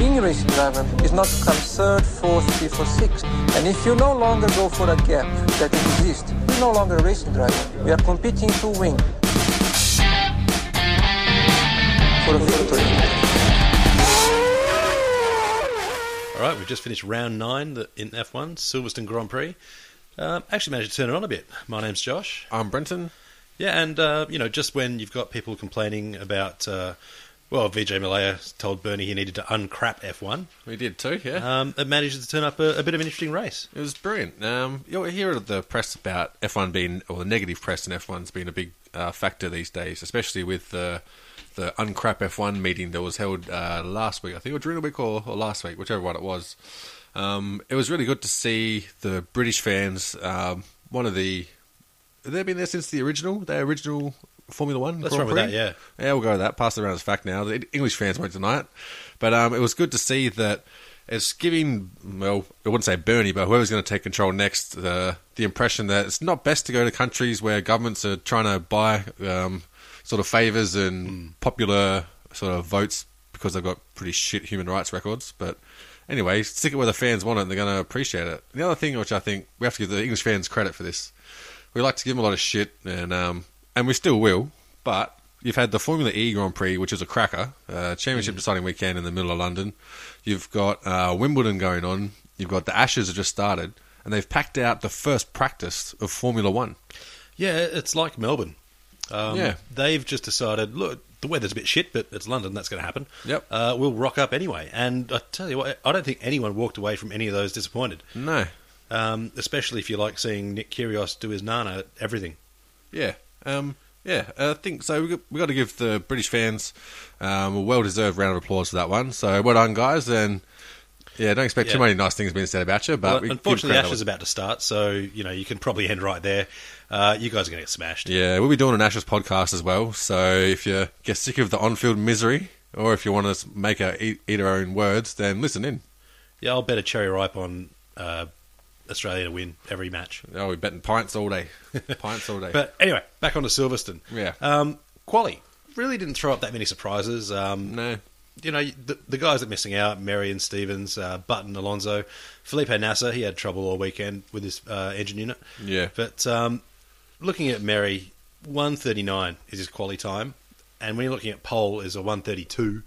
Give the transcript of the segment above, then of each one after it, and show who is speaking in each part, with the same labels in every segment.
Speaker 1: English 11 is not to come third, fourth, fifth, or sixth. And if you no longer go for a gap that exists, we're no longer a racing driver. We are competing to win for a victory.
Speaker 2: All right, we've just finished round nine the- in F1 Silverstone Grand Prix. Um, actually, managed to turn it on a bit. My name's Josh.
Speaker 3: I'm Brenton.
Speaker 2: Yeah, and uh, you know, just when you've got people complaining about, uh, well, Vijay Malaya told Bernie he needed to uncrap F1,
Speaker 3: We did too, yeah.
Speaker 2: um, it manages to turn up a, a bit of an interesting race.
Speaker 3: It was brilliant. Um, you'll hear the press about F1 being, or the negative press in F1's been a big uh, factor these days, especially with the the uncrap F1 meeting that was held uh, last week. I think it was during the week or, or last week, whichever one it was. Um, it was really good to see the British fans. Um, one of the they've been there since the original, their original Formula One.
Speaker 2: Let's
Speaker 3: Grand
Speaker 2: run with
Speaker 3: Prix.
Speaker 2: that,
Speaker 3: Yeah, we'll go with that. Pass it around as fact now. The English fans won't deny it, but um, it was good to see that it's giving. Well, I wouldn't say Bernie, but whoever's going to take control next, the the impression that it's not best to go to countries where governments are trying to buy um, sort of favors and
Speaker 2: Hmm.
Speaker 3: popular sort of votes because they've got pretty shit human rights records, but. Anyway, stick it where the fans want it, and they're going to appreciate it. The other thing, which I think we have to give the English fans credit for this, we like to give them a lot of shit, and um, and we still will. But you've had the Formula E Grand Prix, which is a cracker, uh,
Speaker 2: Mm.
Speaker 3: championship deciding weekend in the middle of London. You've got uh, Wimbledon going on. You've got the Ashes have just started, and they've packed out the first practice of Formula One.
Speaker 2: Yeah, it's like Melbourne. Um,
Speaker 3: Yeah.
Speaker 2: They've just decided, look, the weather's a bit shit, but it's London, that's going to happen.
Speaker 3: Yep.
Speaker 2: Uh, we'll rock up anyway. And I tell you what, I don't think anyone walked away from any of those disappointed,
Speaker 3: No,
Speaker 2: um, especially if you like seeing Nick Kyrgios do his nana at everything.
Speaker 3: Yeah, um, yeah. I think so. We got, we got to give the British fans um, a well-deserved round of applause for that one. So well done, guys, and yeah, don't expect too
Speaker 2: Yeah.
Speaker 3: many nice things being said about you. But
Speaker 2: Well,
Speaker 3: we give
Speaker 2: unfortunately,
Speaker 3: credit
Speaker 2: Ash is about to start, so you know you can probably end right there. Uh, you guys are going to get smashed.
Speaker 3: Yeah, we'll be doing an Ashes podcast as well. So if you get sick of the on-field misery, or if you want to make our eat, eat our own words, then listen in.
Speaker 2: Yeah, I'll bet a cherry ripe on uh, Australia to win every match.
Speaker 3: Oh, we're betting pints all day, pints all day.
Speaker 2: But anyway, back onto Silverstone.
Speaker 3: Yeah.
Speaker 2: Um, Quali really didn't throw up that many surprises. Um,
Speaker 3: no,
Speaker 2: You know, the, the guys that are missing out, Marion Stevens, uh, Button, Alonso, Felipe Nasser, he had trouble all weekend with his uh, engine unit.
Speaker 3: Yeah.
Speaker 2: But um, looking at Mary, 139 is his quali time. And when you're looking at pole is a 132.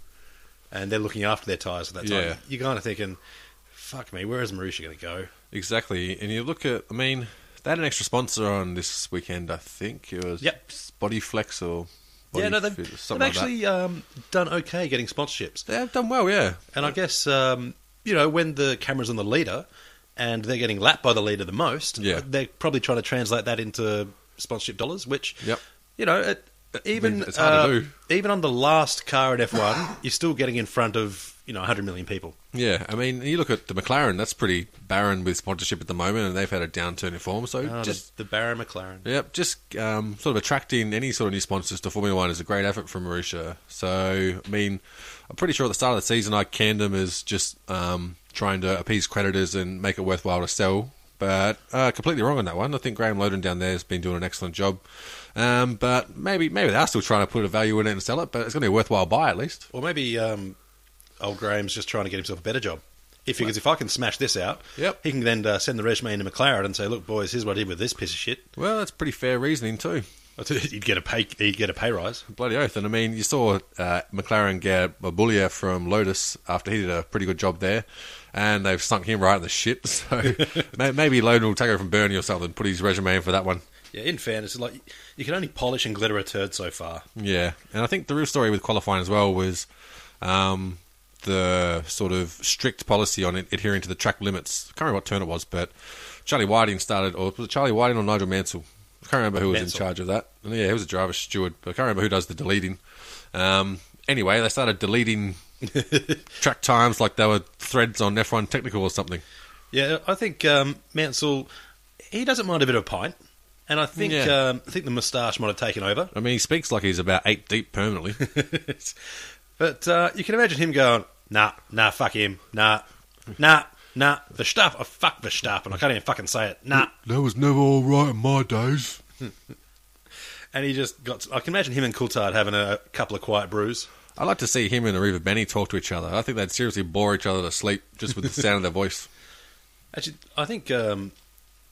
Speaker 2: And they're looking after their tyres at that time.
Speaker 3: Yeah.
Speaker 2: You're kind of thinking, fuck me, where is Marusha going to go?
Speaker 3: Exactly, and you look at. I mean, they had an extra sponsor on this weekend. I think it was
Speaker 2: Yep.
Speaker 3: Bodyflex or
Speaker 2: yeah, no, they've,
Speaker 3: Bodyfit or
Speaker 2: they've
Speaker 3: something like that.
Speaker 2: actually um, done okay getting sponsorships.
Speaker 3: They have done well, yeah.
Speaker 2: And I guess, um, you know, when the camera's on the leader and they're getting lapped by the leader the most,
Speaker 3: Yeah.
Speaker 2: they're probably trying to translate that into sponsorship dollars, which,
Speaker 3: Yep.
Speaker 2: you know, it, even
Speaker 3: it's hard to
Speaker 2: uh,
Speaker 3: do.
Speaker 2: even on the last car at F1, you're still getting in front of, you know, 100 million people.
Speaker 3: Yeah, I mean, you look at the McLaren, that's pretty barren with sponsorship at the moment, and they've had a downturn in form. So
Speaker 2: Oh,
Speaker 3: just
Speaker 2: the, the Barry McLaren.
Speaker 3: Yep, just um, sort of attracting any sort of new sponsors to Formula One is a great effort from Marusha. So, I mean, I'm pretty sure at the start of the season, I canned them as just um, trying to appease creditors and make it worthwhile to sell. But uh, completely wrong on that one. I think Graham Loden down there has been doing an excellent job. Um, but maybe maybe they are still trying to put a value in it and sell it, but it's going to be a worthwhile buy at least.
Speaker 2: Or maybe um, old Graham's just trying to get himself a better job. He figures if I can smash this out,
Speaker 3: Yep.
Speaker 2: he can then uh, send the resume into McLaren and say, "Look, boys, here's what I did with this piece of shit."
Speaker 3: Well, that's pretty fair reasoning too.
Speaker 2: You'd get a pay, you'd get a pay rise.
Speaker 3: Bloody oath. And I mean, you saw uh, McLaren get Mabulia from Lotus after he did a pretty good job there, and they've sunk him right in the shit. So may- maybe Loden will take over from Bernie or something, put his resume in for that one.
Speaker 2: Yeah, in fairness, like you can only polish and glitter a turd so far.
Speaker 3: Yeah. And I think the real story with qualifying as well was um, the sort of strict policy on it, adhering to the track limits. I can't remember what turn it was, but Charlie Whiting started, or was it Charlie Whiting or Nigel Mansell? I can't remember who was
Speaker 2: Mansell.
Speaker 3: in charge of that. And yeah, he was a driver steward, but I can't remember who does the deleting. Um, anyway, they started deleting track times like they were threads on F1 Technical or something.
Speaker 2: Yeah, I think um, Mansell he doesn't mind a bit of a pint, and I think
Speaker 3: Yeah.
Speaker 2: um, I think the moustache might have taken over.
Speaker 3: I mean, he speaks like he's about eight deep permanently.
Speaker 2: but uh, you can imagine him going, nah, nah, fuck him, nah, nah, nah, Verstappen, oh, fuck Verstappen, I can't even fucking say it, nah.
Speaker 3: that was never all right in my days.
Speaker 2: And he just got, I can imagine him and Coulthard having a couple of quiet brews.
Speaker 3: I'd like to see him and Ariva Benny talk to each other. I think they'd seriously bore each other to sleep just with the sound of their voice.
Speaker 2: Actually, I think um,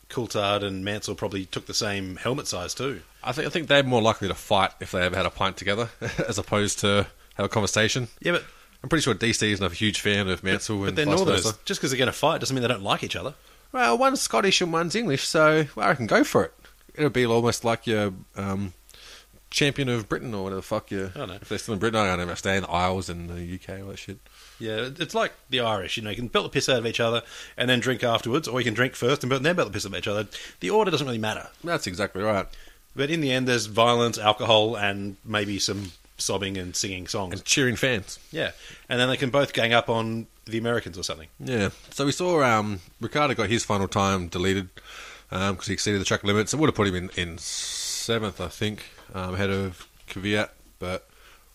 Speaker 2: Coulthard and Mansell probably took the same helmet size too.
Speaker 3: I think I think they're more likely to fight if they ever had a pint together, as opposed to have a conversation.
Speaker 2: Yeah, but,
Speaker 3: I'm pretty sure DC isn't a huge fan of Mansell
Speaker 2: but
Speaker 3: and
Speaker 2: they're
Speaker 3: vice
Speaker 2: Northerners.
Speaker 3: versa.
Speaker 2: Just because they're going to fight doesn't mean they don't like each other.
Speaker 3: Well, one's Scottish and one's English, so well, I can go for it. It'll be almost like your um, champion of Britain or whatever the fuck you.
Speaker 2: I don't know.
Speaker 3: If they're still in Britain, I don't understand the Isles and the UK all that shit.
Speaker 2: Yeah, it's like the Irish, you know, you can belt the piss out of each other and then drink afterwards, or you can drink first and belt- then belt the piss out of each other. The order doesn't really matter.
Speaker 3: That's exactly right.
Speaker 2: But in the end, there's violence, alcohol, and maybe some sobbing and singing songs.
Speaker 3: And cheering fans.
Speaker 2: Yeah, and then they can both gang up on the Americans or something.
Speaker 3: Yeah. So we saw um, Ricardo got his final time deleted because he exceeded the track limits. It would have put him in, in seventh, I think, um, ahead of Kvyat, but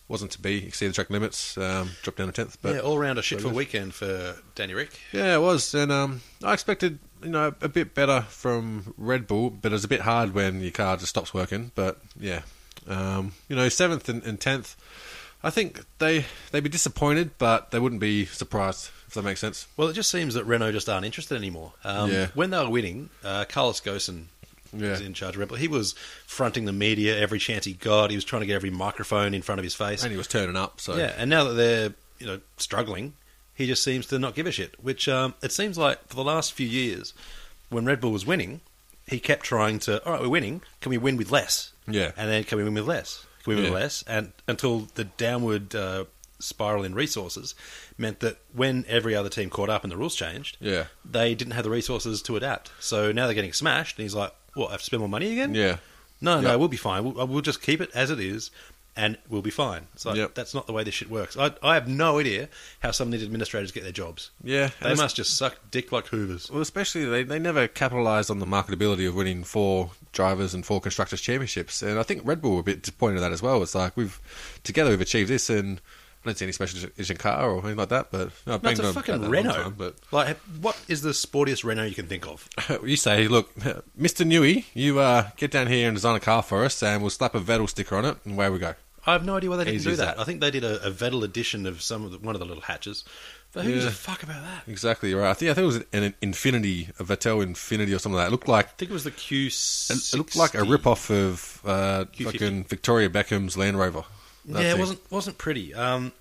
Speaker 3: wasn't to be. Exceeded the track limits, um, dropped down to tenth. But
Speaker 2: yeah, all round a shit for
Speaker 3: but-
Speaker 2: weekend for Danny Rick.
Speaker 3: Yeah, it was, and um, I expected you know a bit better from Red Bull, but it's a bit hard when your car just stops working. But yeah, um, you know seventh and, and tenth, I think they they'd be disappointed, but they wouldn't be surprised if that makes sense.
Speaker 2: Well, it just seems that Renault just aren't interested anymore. Um,
Speaker 3: Yeah.
Speaker 2: When they were winning, uh, Carlos Gosen
Speaker 3: Yeah.
Speaker 2: was in charge of Red Bull. He was fronting the media every chance he got. He was trying to get every microphone in front of his face.
Speaker 3: And he was turning up, so
Speaker 2: Yeah, and now that they're you know struggling, he just seems to not give a shit. Which um, it seems like for the last few years, when Red Bull was winning, he kept trying to. All right, we're winning. Can we win with less?
Speaker 3: Yeah.
Speaker 2: and then can we win with less? Can we win with
Speaker 3: Yeah.
Speaker 2: less? And until the downward uh, spiral in resources meant that when every other team caught up and the rules changed,
Speaker 3: Yeah.
Speaker 2: they didn't have the resources to adapt. So now they're getting smashed, and he's like, "What? I have to spend more money again?"
Speaker 3: Yeah.
Speaker 2: No,
Speaker 3: Yeah.
Speaker 2: no, we'll be fine. We'll, we'll just keep it as it is, and we'll be fine. It's like
Speaker 3: Yep.
Speaker 2: that's not the way this shit works. I, I have no idea how some of these administrators get their jobs.
Speaker 3: Yeah,
Speaker 2: they
Speaker 3: and it's-
Speaker 2: must just suck dick like Hoovers.
Speaker 3: Well, especially they, they never capitalised on the marketability of winning four drivers and four constructors championships, and I think Red Bull were a bit disappointed in that as well. It's like we've together we've achieved this, and I don't see any special edition car or anything like that. But no, I've
Speaker 2: No, it's
Speaker 3: banged on
Speaker 2: a
Speaker 3: about
Speaker 2: fucking
Speaker 3: that a long
Speaker 2: Renault.
Speaker 3: time, but
Speaker 2: Like, what is the sportiest Renault you can think of?
Speaker 3: you say, look, Mister Newey, you uh, get down here and design a car for us, and we'll slap a Vettel sticker on it, and away we go.
Speaker 2: I have no idea why they didn't
Speaker 3: Easy
Speaker 2: do
Speaker 3: as
Speaker 2: that.
Speaker 3: that.
Speaker 2: I think they did a, a Vettel edition of some of the, one of the little hatches. But who gives
Speaker 3: Yeah.
Speaker 2: a fuck about that? I
Speaker 3: Exactly right. I think I think it was an, an Infinity, a Vettel Infinity or something like that. It looked like
Speaker 2: think it was the Q.
Speaker 3: it looked like a rip off of uh,
Speaker 2: Q50.
Speaker 3: fucking Victoria Beckham's Land Rover. That
Speaker 2: yeah, it
Speaker 3: thing.
Speaker 2: wasn't wasn't pretty. Um,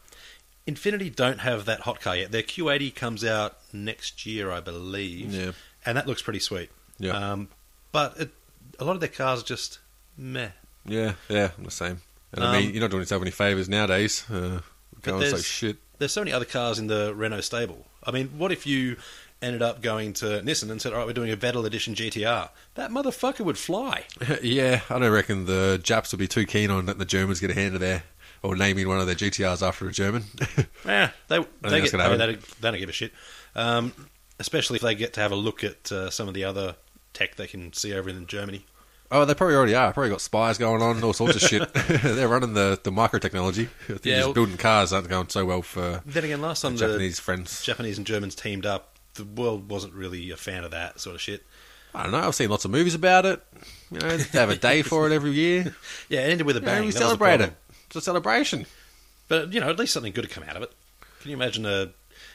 Speaker 2: Infinity don't have that hot car yet. Their Q80 comes out next year, I believe.
Speaker 3: Yeah.
Speaker 2: and that looks pretty sweet.
Speaker 3: Yeah.
Speaker 2: Um, but it, a lot of their cars are just meh.
Speaker 3: Yeah, yeah, I'm the same. And I
Speaker 2: Um,
Speaker 3: mean, you're not doing yourself any favors nowadays. Uh, going so
Speaker 2: there's-
Speaker 3: shit.
Speaker 2: There's so many other cars in the Renault stable. I mean, what if you ended up going to Nissan and said, "All right, we're doing a Vettel Edition GTR." That motherfucker would fly.
Speaker 3: yeah, I don't reckon the Japs will be too keen on letting the Germans get a hand of their or naming one of their GTRs after a German.
Speaker 2: Yeah, they they
Speaker 3: Eh. that's
Speaker 2: get,
Speaker 3: gonna
Speaker 2: I mean, they,
Speaker 3: happen.
Speaker 2: don't, they don't give a shit. Um, especially if they get to have a look at uh, some of the other tech they can see over in Germany.
Speaker 3: oh, they probably already are. Probably got spies going on, all sorts of shit. They're running the the micro technology. I think
Speaker 2: Yeah,
Speaker 3: just
Speaker 2: well-
Speaker 3: building cars aren't going so well for
Speaker 2: Then again, last time the
Speaker 3: Japanese friends.
Speaker 2: Japanese and Germans teamed up, the world wasn't really a fan of that sort of shit.
Speaker 3: I don't know. I've seen lots of movies about it. You know, they have a day for it every year.
Speaker 2: Yeah, it ended with a
Speaker 3: Yeah,
Speaker 2: bang. That
Speaker 3: we
Speaker 2: was the
Speaker 3: celebrate it.
Speaker 2: problem.
Speaker 3: It's a celebration.
Speaker 2: But, you know, at least something good had come out of it. Can you imagine a.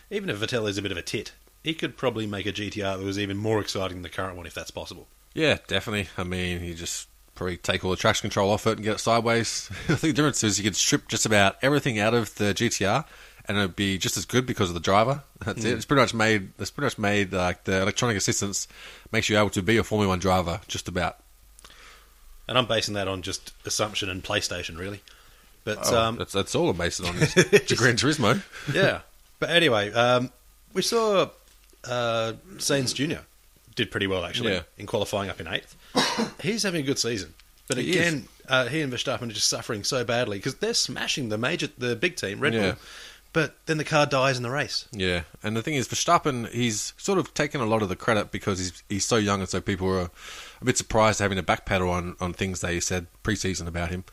Speaker 2: Even if Vettel is a bit of a tit, he could probably make a GTR that was even more exciting than the current one if that's possible.
Speaker 3: Yeah, definitely. I mean, you just probably take all the traction control off it and get it sideways. I think the difference is you could strip just about everything out of the GTR, and it'd be just as good because of the driver. That's it. It's pretty much made. It's pretty much made like the electronic assistance makes you able to be a Formula One driver just about.
Speaker 2: And I'm basing that on just assumption and PlayStation, really. But,
Speaker 3: Oh,
Speaker 2: um,
Speaker 3: that's that's all I'm basing on. Is the Gran Turismo.
Speaker 2: yeah. But anyway, um, we saw uh, Sainz Jr. did pretty well actually
Speaker 3: Yeah.
Speaker 2: in qualifying up in eighth. He's having a good season, but
Speaker 3: He is.
Speaker 2: again, uh, he and Verstappen are just suffering so badly because they're smashing the major, the big team, Red
Speaker 3: Yeah.
Speaker 2: Bull. But then the car dies in the race.
Speaker 3: Yeah, and the thing is, Verstappen, he's sort of taken a lot of the credit because he's he's so young, and so people were a bit surprised having a backpedal on on things they said preseason about him.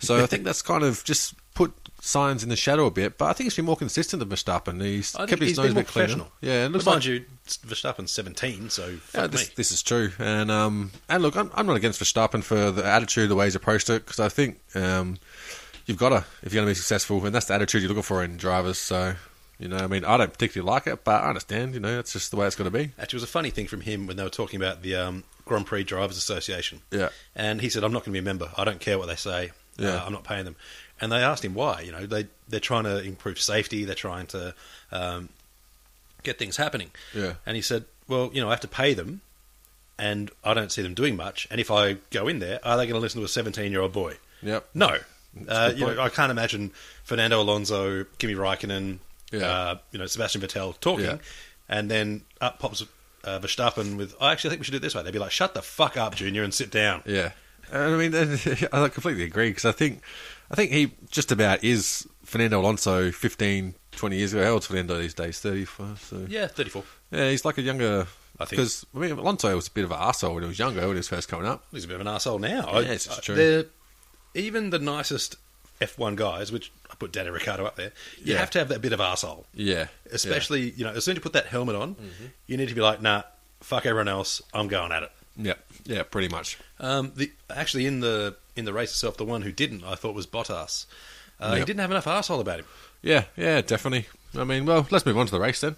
Speaker 3: So I think that's kind of just put signs in the shadow a bit. But I think he's been more consistent than Verstappen. He's
Speaker 2: I
Speaker 3: kept
Speaker 2: think
Speaker 3: his
Speaker 2: he's
Speaker 3: nose
Speaker 2: been
Speaker 3: a
Speaker 2: more
Speaker 3: bit cleaner.
Speaker 2: professional.
Speaker 3: Yeah, it looks
Speaker 2: but mind
Speaker 3: like
Speaker 2: you, Verstappen's seventeen, so fuck
Speaker 3: yeah, this,
Speaker 2: me.
Speaker 3: this is true, and um, and look, I'm, I'm not against Verstappen for the attitude, the way he's approached it, because I think um, you've got to if you're going to be successful, and that's the attitude you're looking for in drivers. So, you know, I mean, I don't particularly like it, but I understand. You know, that's just the way it's got to be.
Speaker 2: Actually, it was a funny thing from him when they were talking about the um, Grand Prix Drivers Association.
Speaker 3: Yeah.
Speaker 2: And he said, I'm not going to be a member. I don't care what they say.
Speaker 3: Yeah.
Speaker 2: Uh, I'm not paying them. And they asked him why. You know, they, they're trying to improve safety, they're trying to um, get things happening.
Speaker 3: Yeah.
Speaker 2: And he said, Well, you know, I have to pay them, and I don't see them doing much. And if I go in there, are they going to listen to a 17 year old boy?
Speaker 3: Yep.
Speaker 2: No.
Speaker 3: a
Speaker 2: Uh,
Speaker 3: good
Speaker 2: you
Speaker 3: point.
Speaker 2: know, I can't imagine Fernando Alonso, Kimi Raikkonen,
Speaker 3: Yeah.
Speaker 2: uh, you know, Sebastian Vettel talking,
Speaker 3: Yeah.
Speaker 2: and then up pops uh, Verstappen with, I actually think we should do it this way. They'd be like, shut the fuck up, Junior, and sit down.
Speaker 3: Yeah, and I mean, I completely agree because I think, I think he just about is Fernando Alonso 15, 20 years ago. How old's Fernando these days? Thirty five. So
Speaker 2: Yeah, 34.
Speaker 3: yeah, he's like a younger.
Speaker 2: I think-
Speaker 3: because I mean, Alonso was a bit of an arsehole when he was younger when he was first coming up.
Speaker 2: He's a bit of an asshole now. I-
Speaker 3: Yes, it's
Speaker 2: I-
Speaker 3: true.
Speaker 2: they're- Even the nicest F1 guys, which I put Danny Ricciardo up there, you
Speaker 3: Yeah.
Speaker 2: have to have that bit of asshole.
Speaker 3: Yeah,
Speaker 2: Especially, you know, as soon as you put that helmet on, you need to be like, nah, fuck everyone else. I'm going at it.
Speaker 3: Yeah, yeah, pretty much.
Speaker 2: Um, the actually in the in the race itself, the one who didn't, I thought was Bottas. Uh, He
Speaker 3: Yep.
Speaker 2: didn't have enough arsehole about him.
Speaker 3: Yeah, yeah, definitely. I mean, well, let's move on to the race then.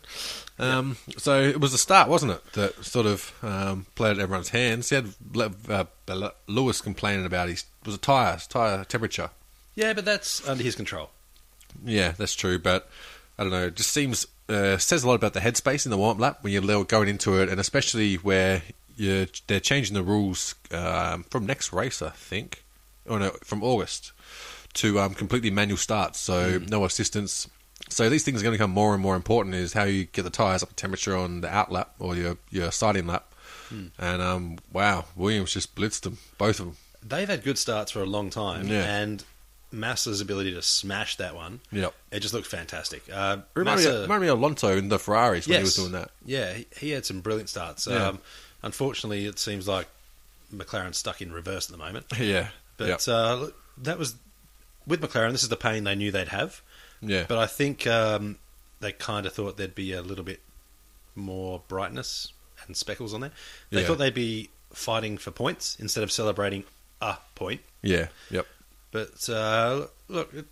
Speaker 3: Um, So it was the start, wasn't it, that sort of um, played at everyone's hands. He had Le- uh, Bel- Lewis complaining about his was a tyre his tyre temperature.
Speaker 2: Yeah, but that's under his control.
Speaker 3: Yeah, that's true, but I don't know. It just seems uh, says a lot about the headspace in the warm lap when you're li- going into it, and especially where you're, they're changing the rules um, from next race, I think, or no, from August to um, completely manual starts, so no assistance. So these things are going to become more and more important. Is how you get the tires up to temperature on the out lap or your your siding lap. And um, wow, Williams just blitzed them, both of them.
Speaker 2: They've had good starts for a long time,
Speaker 3: Yeah.
Speaker 2: and Massa's ability to smash that one,
Speaker 3: Yep.
Speaker 2: it just looked fantastic. Uh,
Speaker 3: Remember,
Speaker 2: Massa-
Speaker 3: remember me of Alonso in the Ferraris when he
Speaker 2: Yes.
Speaker 3: was doing that.
Speaker 2: Yeah, he, he had some brilliant starts.
Speaker 3: Yeah.
Speaker 2: Um, unfortunately, it seems like McLaren's stuck in reverse at the moment.
Speaker 3: Yeah,
Speaker 2: But
Speaker 3: Yep.
Speaker 2: uh, that was with McLaren. This is the pain they knew they'd have.
Speaker 3: yeah.
Speaker 2: But I think um, they kind of thought there'd be a little bit more brightness and speckles on there. They
Speaker 3: Yeah.
Speaker 2: thought they'd be fighting for points instead of celebrating a point.
Speaker 3: Yeah. Yep.
Speaker 2: But uh, look, it,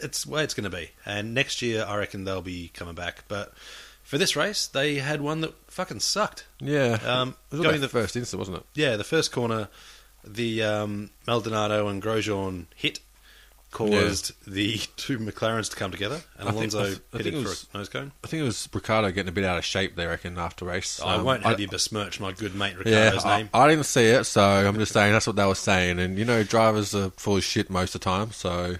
Speaker 2: it's the way it's going to be. And next year, I reckon they'll be coming back. But for this race, they had one that fucking sucked.
Speaker 3: Yeah.
Speaker 2: Um,
Speaker 3: it was
Speaker 2: going
Speaker 3: the
Speaker 2: the-
Speaker 3: first instant, wasn't it?
Speaker 2: Yeah, the first corner, the um, Maldonado and Grosjean hit caused the two McLarens to come together, and
Speaker 3: I think-
Speaker 2: Alonso
Speaker 3: I th- I
Speaker 2: headed
Speaker 3: think it was-
Speaker 2: for a nose cone.
Speaker 3: I think it was Ricardo getting a bit out of shape there. I reckon after race.
Speaker 2: I
Speaker 3: Um,
Speaker 2: won't have you besmirch my good mate
Speaker 3: Yeah,
Speaker 2: Ricardo's
Speaker 3: I,
Speaker 2: name.
Speaker 3: I didn't see it, so I'm just saying that's what they were saying. And you know, drivers are full of shit most of the time, so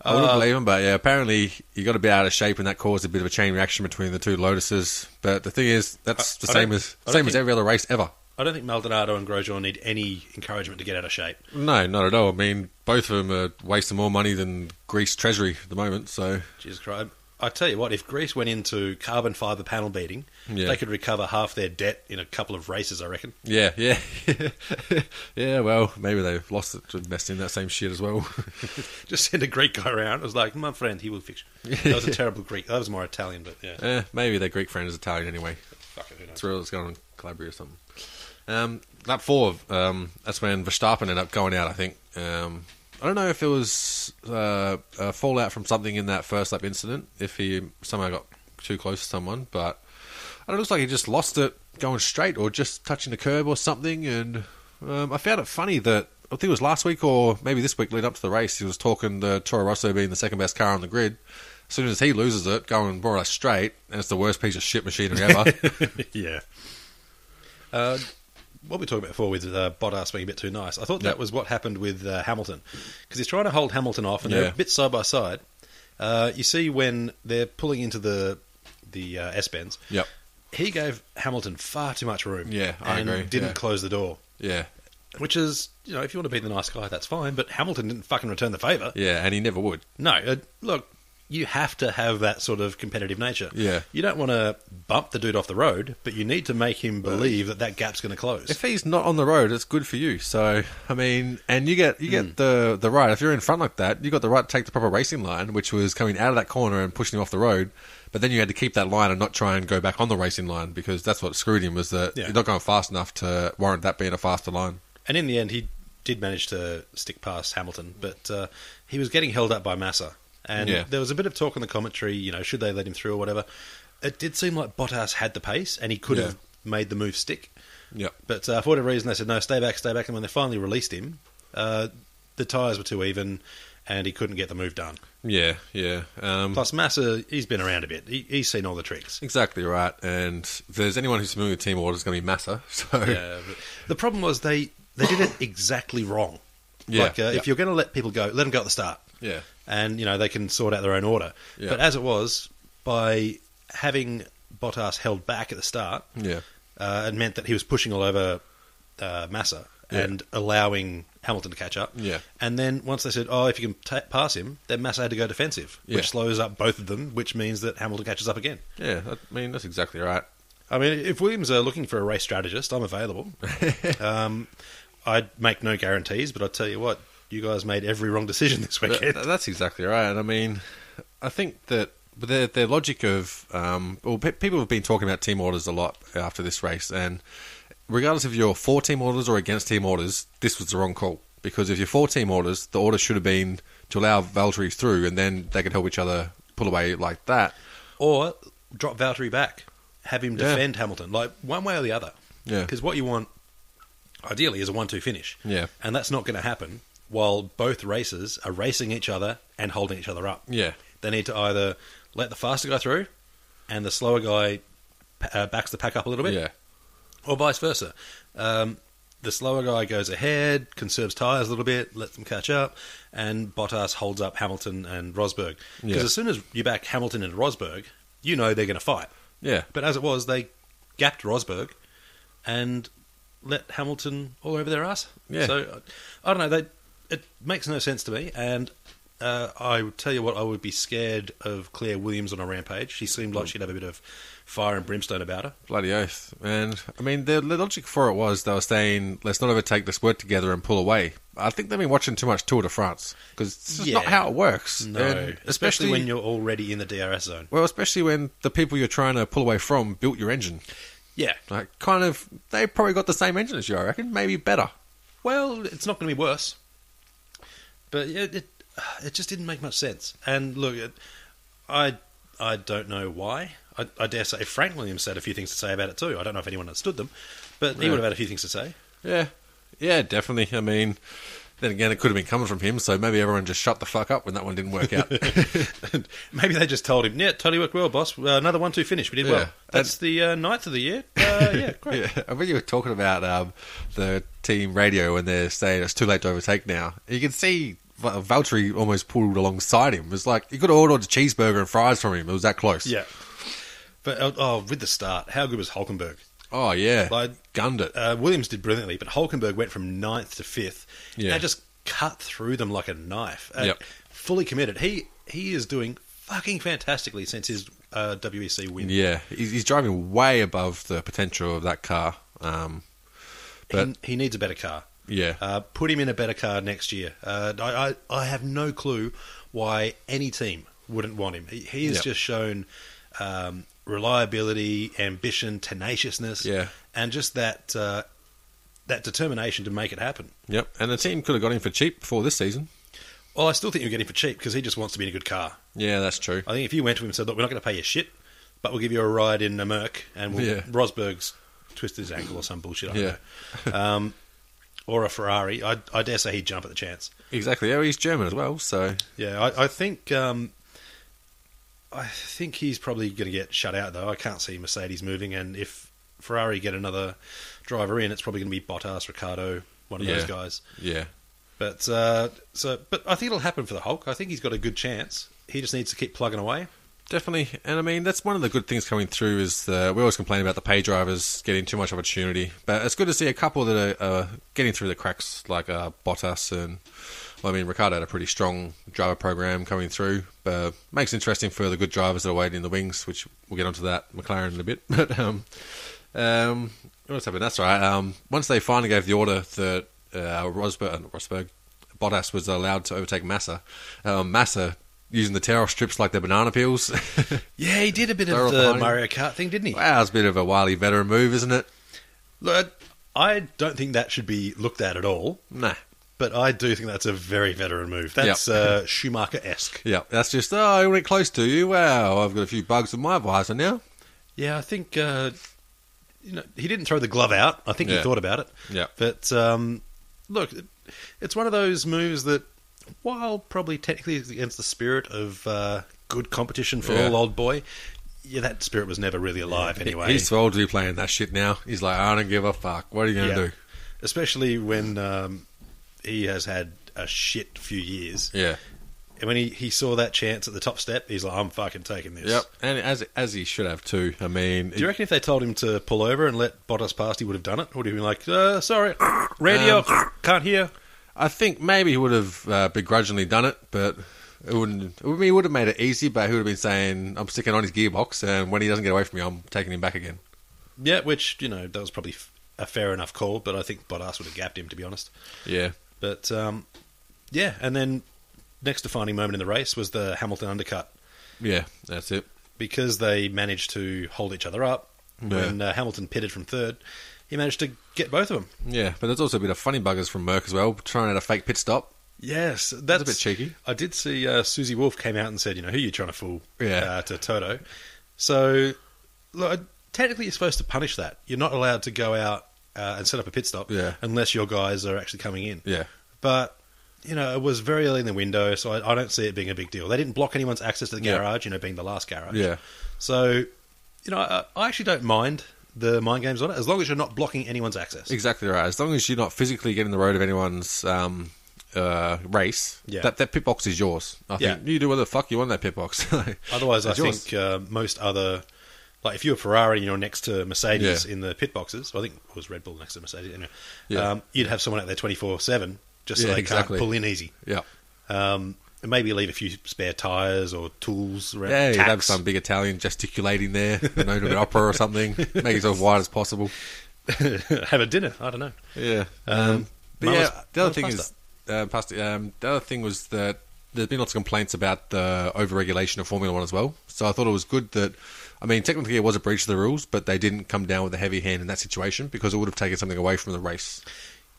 Speaker 3: I wouldn't
Speaker 2: Uh,
Speaker 3: believe them. But yeah, apparently you got to be out of shape, and that caused a bit of a chain reaction between the two Lotuses. But the thing is, that's
Speaker 2: I-
Speaker 3: the
Speaker 2: I
Speaker 3: same
Speaker 2: don't-
Speaker 3: as
Speaker 2: I don't
Speaker 3: same as
Speaker 2: think-
Speaker 3: every other race ever.
Speaker 2: I don't think Maldonado and Grosjean need any encouragement to get out of shape.
Speaker 3: No, not at all. I mean, both of them are wasting more money than Greece Treasury at the moment. So
Speaker 2: Jesus Christ. I tell you what, if Greece went into carbon fibre panel beating,
Speaker 3: Yeah.
Speaker 2: they could recover half their debt in a couple of races, I reckon.
Speaker 3: Yeah, yeah, yeah. Well, maybe they've lost it to invest in that same shit as well.
Speaker 2: Just send a Greek guy around. It was like, my friend, he will fix you. That was a terrible Greek. That was more Italian, but yeah.
Speaker 3: eh, maybe their Greek friend is Italian anyway.
Speaker 2: Fuck it, who knows?
Speaker 3: That's where it's going on Calabria or something. Um, lap four. Um, that's when Verstappen ended up going out. I think. Um, I don't know if it was uh, a fallout from something in that first lap incident. If he somehow got too close to someone, but it looks like he just lost it going straight or just touching the curb or something. And um, I found it funny that I think it was last week or maybe this week leading up to the race, he was talking the Toro Rosso being the second best car on the grid. As soon as he loses it, going more or less straight, and it's the worst piece of shit machinery ever.
Speaker 2: yeah. Uh, what we talked about before with uh, Bottas being a bit too nice, I thought
Speaker 3: Yep.
Speaker 2: that was what happened with uh, Hamilton because he's trying to hold Hamilton off, and
Speaker 3: Yeah.
Speaker 2: they're a bit side by side. Uh, you see when they're pulling into the the uh, S bends.
Speaker 3: Yep.
Speaker 2: He gave Hamilton far too much room.
Speaker 3: Yeah, I
Speaker 2: and
Speaker 3: agree,
Speaker 2: Didn't
Speaker 3: yeah.
Speaker 2: close the door,
Speaker 3: Yeah.
Speaker 2: which is you know if you want to be the nice guy, that's fine. But Hamilton didn't fucking return the favour.
Speaker 3: Yeah, and he never would.
Speaker 2: No, uh, look, you have to have that sort of competitive nature.
Speaker 3: Yeah.
Speaker 2: You don't want to bump the dude off the road, but you need to make him believe that that gap's going to close.
Speaker 3: If he's not on the road, it's good for you. So I mean, and you get you get the the right. If you're in front like that, you got the right to take the proper racing line, which was coming out of that corner and pushing him off the road. But then you had to keep that line and not try and go back on the racing line because that's what screwed him was that
Speaker 2: Yeah.
Speaker 3: you're not going fast enough to warrant that being a faster line.
Speaker 2: and in the end, he did manage to stick past Hamilton, but uh, he was getting held up by Massa. And
Speaker 3: Yeah.
Speaker 2: there was a bit of talk in the commentary, you know, should they let him through or whatever. It did seem like Bottas had the pace and he could
Speaker 3: Yeah.
Speaker 2: have made the move stick.
Speaker 3: Yeah,
Speaker 2: But uh, for whatever reason, they said, no, stay back, stay back. And when they finally released him, uh, the tyres were too even and he couldn't get the move done.
Speaker 3: yeah, yeah. Um,
Speaker 2: Plus, Massa, he's been around a bit. He, he's seen all the tricks.
Speaker 3: exactly right. And if there's anyone who's familiar with team order, it's going to be Massa. So
Speaker 2: Yeah, but the problem was they, they did it exactly wrong.
Speaker 3: Yeah,
Speaker 2: like, uh,
Speaker 3: yeah.
Speaker 2: if you're going to let people go, let them go at the start.
Speaker 3: Yeah.
Speaker 2: And, you know, they can sort out their own order.
Speaker 3: Yeah.
Speaker 2: But as it was, by having Bottas held back at the start,
Speaker 3: Yeah.
Speaker 2: uh, it meant that he was pushing all over uh, Massa
Speaker 3: Yeah.
Speaker 2: and allowing Hamilton to catch up.
Speaker 3: Yeah.
Speaker 2: And then once they said, oh, if you can ta pass him, then Massa had to go defensive,
Speaker 3: Yeah.
Speaker 2: which slows up both of them, which means that Hamilton catches up again.
Speaker 3: yeah. I mean, that's exactly right.
Speaker 2: I mean, if Williams are looking for a race strategist, I'm available. um, I'd make no guarantees, but I tell you what, you guys made every wrong decision this
Speaker 3: Th-
Speaker 2: weekend.
Speaker 3: th- that's exactly right. And I mean, I think that but their their logic of um, well, pe- people have been talking about team orders a lot after this race, and regardless if you're for team orders or against team orders, this was the wrong call because if you're for team orders, the order should have been to allow Valtteri through, and then they could help each other pull away like that.
Speaker 2: Or drop Valtteri back, have him
Speaker 3: Yeah.
Speaker 2: defend Hamilton, like one way or the other.
Speaker 3: Yeah.
Speaker 2: Because what you want, ideally, is a one-two finish.
Speaker 3: Yeah.
Speaker 2: And that's not going to happen while both races are racing each other and holding each other up.
Speaker 3: Yeah,
Speaker 2: They need to either let the faster guy through, and the slower guy uh, backs the pack up a little bit.
Speaker 3: yeah,
Speaker 2: or vice versa. Um, the slower guy goes ahead, conserves tyres a little bit, lets them catch up, and Bottas holds up Hamilton and Rosberg. Because
Speaker 3: Yeah.
Speaker 2: as soon as you back Hamilton and Rosberg, you know they're going to fight.
Speaker 3: yeah,
Speaker 2: But as it was, they gapped Rosberg and let Hamilton all over their ass.
Speaker 3: Yeah.
Speaker 2: So I don't know. They, it makes no sense to me. And uh, I would tell you what, I would be scared of Claire Williams on a rampage. She seemed
Speaker 3: Hmm.
Speaker 2: like she'd have a bit of fire and brimstone about her.
Speaker 3: bloody oath. And I mean, the the logic for it was they were saying let's not overtake, let's work together and pull away. I think they've been watching too much Tour de France because it's just not
Speaker 2: Yeah.
Speaker 3: how it works.
Speaker 2: No,
Speaker 3: And
Speaker 2: especially, when you're already in the DRS zone.
Speaker 3: Well, especially when the people you're trying to pull away from built your engine.
Speaker 2: Yeah.
Speaker 3: Like, kind of, they probably got the same engine as you, I reckon. Maybe better.
Speaker 2: Well, it's not going to be worse. But it, it it just didn't make much sense. And look, it, I I don't know why. I, I dare say Frank Williams had a few things to say about it too. I don't know if anyone understood them, but he
Speaker 3: Yeah.
Speaker 2: would have had a few things to say.
Speaker 3: Yeah. Yeah, definitely. I mean, then again, it could have been coming from him, so maybe everyone just shut the fuck up when that one didn't work out.
Speaker 2: And Maybe they just told him, "Yeah, totally worked well, boss. Uh, another one, two finish. We did
Speaker 3: Yeah.
Speaker 2: well. That's the uh, ninth of the year. Uh, yeah, great.
Speaker 3: yeah. I mean, you were talking about um, the team radio when they're saying it's too late to overtake now. You can see Va- Valtteri almost pulled alongside him. It was like, you could have ordered a cheeseburger and fries from him. It was that close.
Speaker 2: yeah." But uh, oh, with the start, how good was Hulkenberg?
Speaker 3: Oh, yeah.
Speaker 2: Like-
Speaker 3: Gunned it.
Speaker 2: uh, Williams did brilliantly, but Hulkenberg went from ninth to fifth
Speaker 3: Yeah.
Speaker 2: and just cut through them like a knife. Uh,
Speaker 3: Yep.
Speaker 2: Fully committed. He he is doing fucking fantastically since his uh, WEC win.
Speaker 3: Yeah, he's, he's driving way above the potential of that car. Um, but
Speaker 2: he, he needs a better car.
Speaker 3: yeah,
Speaker 2: Uh, put him in a better car next year. Uh, I, I I have no clue why any team wouldn't want him. He, he has
Speaker 3: Yep.
Speaker 2: just shown um, reliability, ambition, tenaciousness,
Speaker 3: Yeah.
Speaker 2: and just that uh, that determination to make it happen.
Speaker 3: yep. And the team could have got him for cheap before this season.
Speaker 2: Well, I still think you're getting for cheap because he just wants to be in a good car.
Speaker 3: Yeah, that's true.
Speaker 2: I think if you went to him and said, "Look, we're not going to pay you shit, but we'll give you a ride in a Merc," and we'll,
Speaker 3: Yeah.
Speaker 2: Rosberg's twisted his ankle or some bullshit, I don't
Speaker 3: Yeah.
Speaker 2: know, um, or a Ferrari, I, I dare say he'd jump at the chance.
Speaker 3: Exactly. Oh, he's German as well, so
Speaker 2: Yeah, I, I think um, I think he's probably going to get shut out though. I can't see Mercedes moving, and if Ferrari get another driver in, it's probably going to be Bottas, Ricardo, one of those
Speaker 3: Yeah.
Speaker 2: guys.
Speaker 3: yeah,
Speaker 2: But uh, so, but I think it'll happen for the Hulk. I think he's got a good chance. He just needs to keep plugging away.
Speaker 3: Definitely, and I mean that's one of the good things coming through is uh, we always complain about the pay drivers getting too much opportunity, but it's good to see a couple that are uh, getting through the cracks, like uh, Bottas and well, I mean Ricardo had a pretty strong driver program coming through, but makes it interesting for the good drivers that are waiting in the wings, which we'll get onto that McLaren in a bit. But um, um, what's happened? That's all right. Um, once they finally gave the order that uh, Rosberg, uh, not Rosberg, Bottas was allowed to overtake Massa, um, Massa. Using the towel strips like they're banana peels,
Speaker 2: Yeah, he did a bit
Speaker 3: They're
Speaker 2: of
Speaker 3: all
Speaker 2: the
Speaker 3: behind him.
Speaker 2: Mario Kart thing, didn't he?
Speaker 3: Wow, it's a bit of a wily veteran move, isn't it?
Speaker 2: Look, I don't think that should be looked at at all,
Speaker 3: Nah.
Speaker 2: but I do think that's a very veteran move. That's uh, Schumacher esque.
Speaker 3: Yeah, that's just, oh, I went close to you. Wow, I've got a few bugs in my visor now.
Speaker 2: Yeah, I think uh, you know he didn't throw the glove out. I think he
Speaker 3: Yeah.
Speaker 2: thought about it.
Speaker 3: Yeah.
Speaker 2: But um, look, it- it's one of those moves that, while probably technically it's against the spirit of uh, good competition for
Speaker 3: Yeah.
Speaker 2: all old boy, yeah, that spirit was never really alive anyway.
Speaker 3: He's too old to be playing that shit now. He's like, I don't give a fuck. What are you going to
Speaker 2: Yeah.
Speaker 3: do?
Speaker 2: Especially when um, he has had a shit few years.
Speaker 3: Yeah.
Speaker 2: And when he, he saw that chance at the top step, he's like, I'm fucking taking this.
Speaker 3: Yep. And as as he should have, too. I mean,
Speaker 2: Do you reckon if they told him to pull over and let Bottas past, he would have done it? Or would he have been like, uh, sorry,
Speaker 3: Um,
Speaker 2: radio, can't hear?
Speaker 3: I think maybe he would have uh, begrudgingly done it, but it wouldn't. I mean, he would have made it easy, but he would have been saying, I'm sticking on his gearbox, and when he doesn't get away from me, I'm taking him back again.
Speaker 2: Yeah, which, you know, that was probably f- a fair enough call, but I think Bottas would have gapped him, to be honest.
Speaker 3: Yeah.
Speaker 2: But, um, yeah, and then next defining moment in the race was the Hamilton undercut
Speaker 3: Yeah, that's it.
Speaker 2: because they managed to hold each other up. When uh, Hamilton pitted from third, he managed to get both of them.
Speaker 3: Yeah, but there's also a bit of funny buggers from Merck as well, trying out a fake pit stop.
Speaker 2: Yes, that's
Speaker 3: a bit cheeky.
Speaker 2: I did see uh, Susie Wolf came out and said, "You know, who you trying to fool?"
Speaker 3: Yeah.
Speaker 2: Uh, to Toto. So, look, technically, you're supposed to punish that. You're not allowed to go out uh, and set up a pit stop
Speaker 3: Yeah.
Speaker 2: unless your guys are actually coming in.
Speaker 3: Yeah.
Speaker 2: But you know, it was very early in the window, so I, I don't see it being a big deal. They didn't block anyone's access to the
Speaker 3: Yeah.
Speaker 2: garage. You know, being the last garage.
Speaker 3: Yeah.
Speaker 2: So, you know, I, I actually don't mind the mind games on it as long as you're not blocking anyone's access.
Speaker 3: Exactly right. As long as you're not physically getting in the road of anyone's um, uh, race,
Speaker 2: Yeah.
Speaker 3: that, that pit box is yours. I
Speaker 2: Yeah.
Speaker 3: think you do what the fuck you want that pit box.
Speaker 2: Otherwise, I
Speaker 3: It's yours.
Speaker 2: think uh, most other, like if you're a Ferrari and you're next to Mercedes
Speaker 3: Yeah.
Speaker 2: in the pit boxes, I think it was Red Bull next to Mercedes. Anyway,
Speaker 3: Yeah.
Speaker 2: um, you'd have someone out there twenty four seven just so
Speaker 3: Yeah,
Speaker 2: they
Speaker 3: exactly.
Speaker 2: can't pull in easy.
Speaker 3: Yeah.
Speaker 2: Um, and maybe leave a few spare tires or tools around.
Speaker 3: Yeah, you'd have
Speaker 2: tacks.
Speaker 3: some big Italian gesticulating there, you know, doing an opera or something. Make it as wide as possible.
Speaker 2: have a dinner. I don't know.
Speaker 3: Yeah. Um, but
Speaker 2: Mama's-
Speaker 3: yeah, the other
Speaker 2: Mama's
Speaker 3: thing is, uh, pasta, um, the other thing was that there's been lots of complaints about the overregulation of Formula One as well. So I thought it was good that, I mean, technically it was a breach of the rules, but they didn't come down with a heavy hand in that situation because it would have taken something away from the race.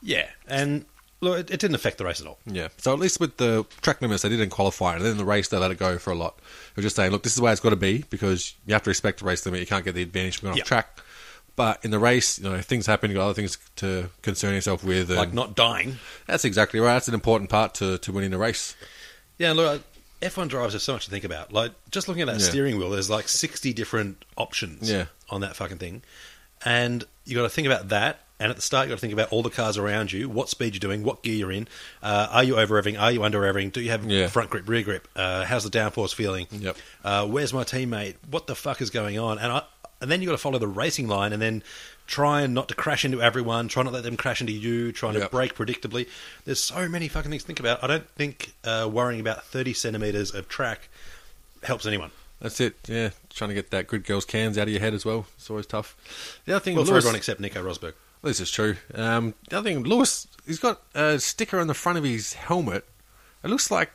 Speaker 2: Yeah, and look, it, it didn't affect the race at all.
Speaker 3: Yeah. So at least with the track limits, they didn't qualify, and then in the race they let it go for a lot. They were just saying, look, this is the way it's got to be because you have to respect the race limit. You can't get the advantage from going
Speaker 2: Yeah.
Speaker 3: off track. But in the race, you know, things happen. You have got other things to concern yourself with. and-
Speaker 2: Like not dying.
Speaker 3: That's exactly right. That's an important part to, to winning a race.
Speaker 2: Yeah, look, F one drivers have so much to think about. Like just looking at that
Speaker 3: Yeah.
Speaker 2: steering wheel, there's like sixty different options
Speaker 3: Yeah.
Speaker 2: on that fucking thing, and you got to think about that. And at the start, you got to think about all the cars around you, what speed you're doing, what gear you're in. Uh, are you over revving? Are you under revving? Do you have
Speaker 3: Yeah.
Speaker 2: front grip, rear grip? Uh, how's the downforce feeling?
Speaker 3: Yep.
Speaker 2: Uh, where's my teammate? What the fuck is going on? And I, and then you got to follow the racing line, and then try and not to crash into everyone. Try not to let them crash into you. Try trying
Speaker 3: Yep.
Speaker 2: to break predictably. There's so many fucking things to think about. I don't think uh, worrying about 30 centimeters of track helps anyone.
Speaker 3: That's it. Yeah, trying to get that good girl's cans out of your head as well. It's always tough. The other thing,
Speaker 2: Well, for
Speaker 3: Lewis,
Speaker 2: everyone except Nico Rosberg.
Speaker 3: this is true. Um, the other thing, Lewis, he's got a sticker on the front of his helmet. It looks like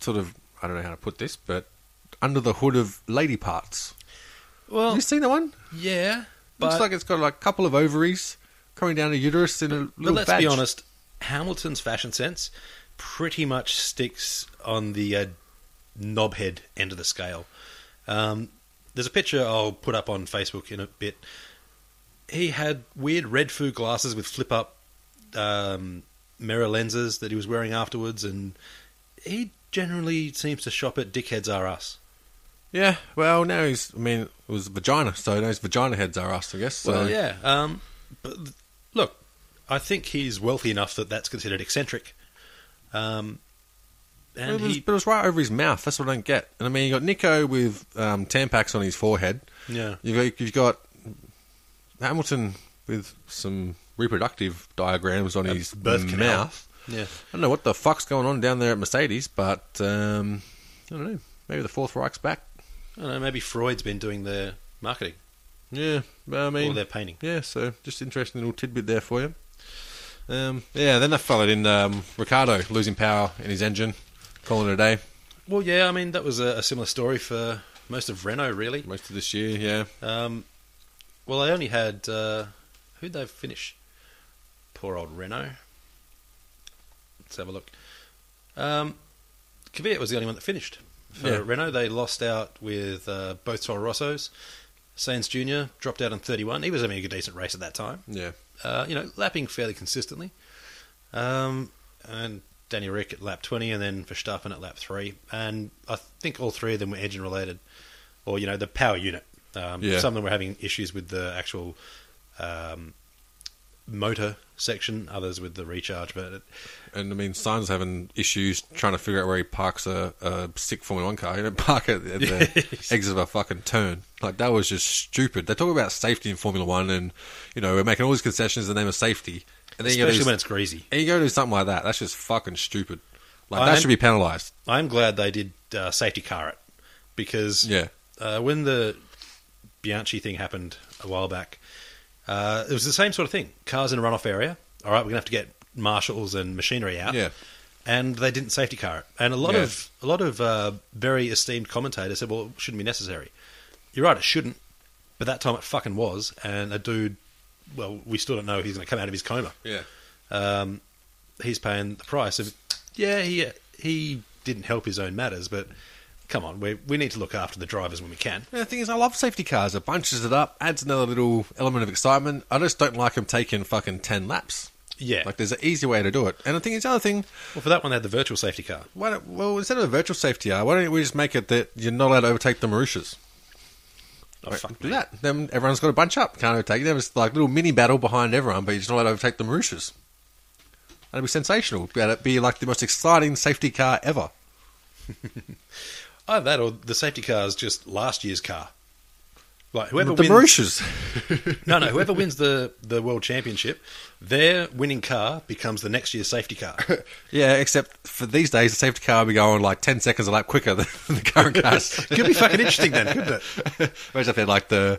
Speaker 3: sort of I don't know how to put this, but under the hood of lady parts.
Speaker 2: Well,
Speaker 3: Have you seen that one?
Speaker 2: yeah,
Speaker 3: looks
Speaker 2: Oh. but,
Speaker 3: like it's got like a couple of ovaries coming down a uterus in a little.
Speaker 2: but let's
Speaker 3: badge.
Speaker 2: be honest. Hamilton's fashion sense pretty much sticks on the uh, knobhead end of the scale. Um, there's a picture I'll put up on Facebook in a bit. He had weird red food glasses with flip up um, mirror lenses that he was wearing afterwards, and he generally seems to shop at Dickheads R Us.
Speaker 3: Yeah. Well, now he's. I mean, it was vagina, so now his vagina heads are us, I guess. So.
Speaker 2: Well, yeah. Um, but th- look, I think he's wealthy enough that that's considered eccentric. Um,
Speaker 3: But
Speaker 2: and
Speaker 3: it, was,
Speaker 2: he
Speaker 3: but it was right over his mouth. That's what I don't get. And I mean, you got Nico with um, Tampax on his forehead.
Speaker 2: yeah
Speaker 3: You've got, you've got Hamilton with some reproductive diagrams on his
Speaker 2: birth
Speaker 3: mouth.
Speaker 2: canal. yeah
Speaker 3: I don't know what the fuck's going on down there at Mercedes, but um, I don't know. Maybe the Fourth Reich's back.
Speaker 2: I don't know maybe Freud's been doing their marketing
Speaker 3: Yeah, but I
Speaker 2: or
Speaker 3: mean,
Speaker 2: their painting
Speaker 3: yeah. So just interesting little tidbit there for you. Um, yeah, then I followed in um, Ricardo losing power in his engine, calling it a day
Speaker 2: well yeah I mean that was a, a similar story for most of Renault really
Speaker 3: most of this year. Yeah,
Speaker 2: Um, well, I only had uh, who'd they finish? Poor old Renault. Let's have a look. Um, Kvyat was the only one that finished for
Speaker 3: Yeah.
Speaker 2: Renault. They lost out with uh, both Toro Rossos. Sainz Jr. dropped out in 31. He was having a good, decent race at that time.
Speaker 3: yeah.
Speaker 2: Uh, you know, lapping fairly consistently. Um, and Danny Rick at lap 20 and then Verstappen at lap 3. And I think all three of them were engine related or, you know, the power unit. Um,
Speaker 3: Yeah.
Speaker 2: Some of them were having issues with the actual um, motor section, others with the recharge. But it,
Speaker 3: And I mean, Stein's having issues trying to figure out where he parks a, a sick Formula One car. You don't park at at the exit of a fucking turn. Like that was just stupid. They talk about safety in Formula One, and you know we're making all these concessions in the name of safety. And then you go,
Speaker 2: especially
Speaker 3: do,
Speaker 2: when it's greasy.
Speaker 3: and you go do something like that. That's just fucking stupid. Like
Speaker 2: I
Speaker 3: that
Speaker 2: am-
Speaker 3: should be penalised.
Speaker 2: I'm glad they did uh, safety car it because
Speaker 3: Yeah.
Speaker 2: uh, when the Bianchi thing happened a while back, uh, it was the same sort of thing. Cars in a runoff area. All right, we're gonna have to get marshals and machinery out.
Speaker 3: Yeah.
Speaker 2: And they didn't safety car it. And a lot
Speaker 3: Yeah.
Speaker 2: of a lot of uh, very esteemed commentators said, "Well, it shouldn't be necessary." You're right, it shouldn't. But that time it fucking was, and a dude. Well, we still don't know if he's going to come out of his coma
Speaker 3: Yeah.
Speaker 2: um, he's paying the price of. Yeah, he he didn't help his own matters, but come on, we we need to look after the drivers when we can.
Speaker 3: the thing is, I love safety cars. It bunches it up, adds another little element of excitement. I just don't like them taking fucking ten laps.
Speaker 2: Yeah.
Speaker 3: Like there's an easy way to do it. And I think it's the other thing.
Speaker 2: Well, for that one, they had the virtual safety car.
Speaker 3: Why don't, well, instead of a virtual safety car, why don't we just make it that you're not allowed to overtake the Mauritius?
Speaker 2: Oh,
Speaker 3: Right,
Speaker 2: fuck
Speaker 3: do
Speaker 2: me.
Speaker 3: that. Then everyone's got a bunch up. Can't overtake them. It's like a little mini battle behind everyone, but you're just not allowed to overtake the Mauritius. That'd be sensational. That'd be like the most exciting safety car ever.
Speaker 2: Either that or the safety car is just last year's car. Like whoever
Speaker 3: the
Speaker 2: wins,
Speaker 3: Mauritius.
Speaker 2: no, no, whoever wins the, the world championship, their winning car becomes the next year's safety car.
Speaker 3: Yeah, except for these days, the safety car would be going like 10 seconds a lap quicker than the current cars.
Speaker 2: Could be fucking interesting then, couldn't it?
Speaker 3: Imagine if they had like the,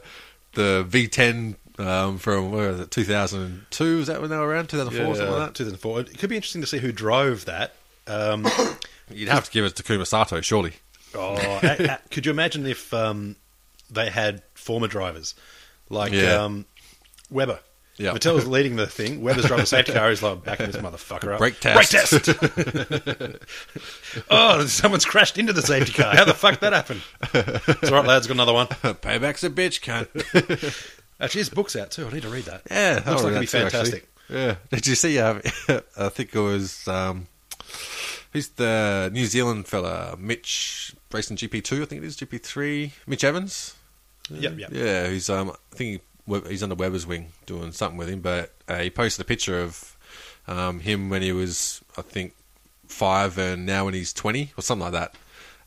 Speaker 3: the V10 um, from, where was it, 2002? Is that when they were around? 2004 or something like that?
Speaker 2: 2004. It could be interesting to see who drove that. Um,
Speaker 3: You'd have to give it to Kumasato, surely.
Speaker 2: Oh, a- a- could you imagine if um, they had former drivers like
Speaker 3: Yeah.
Speaker 2: um, Weber?
Speaker 3: Yeah.
Speaker 2: Vettel's leading the thing. Weber's driving a safety car. He's like backing this motherfucker up.
Speaker 3: Brake
Speaker 2: Brake
Speaker 3: test.
Speaker 2: test. oh, someone's crashed into the safety car. How the fuck that happened? It's all right, lads. Got another one.
Speaker 3: Payback's a bitch, cunt.
Speaker 2: Actually, his book's out too. I need to read that.
Speaker 3: Yeah,
Speaker 2: looks
Speaker 3: I'll
Speaker 2: like
Speaker 3: read
Speaker 2: it'd be
Speaker 3: that too, actually.
Speaker 2: fantastic.
Speaker 3: Yeah. Did you see? Um, I think it was um, who's the New Zealand fella, Mitch racing GP two. I think it is GP three. Mitch Evans.
Speaker 2: Yep, yep.
Speaker 3: Yeah, who's um, I think he, he's under Weber's wing doing something with him, but uh, he posted a picture of um, him when he was, I think, five, and now when he's twenty or something like that.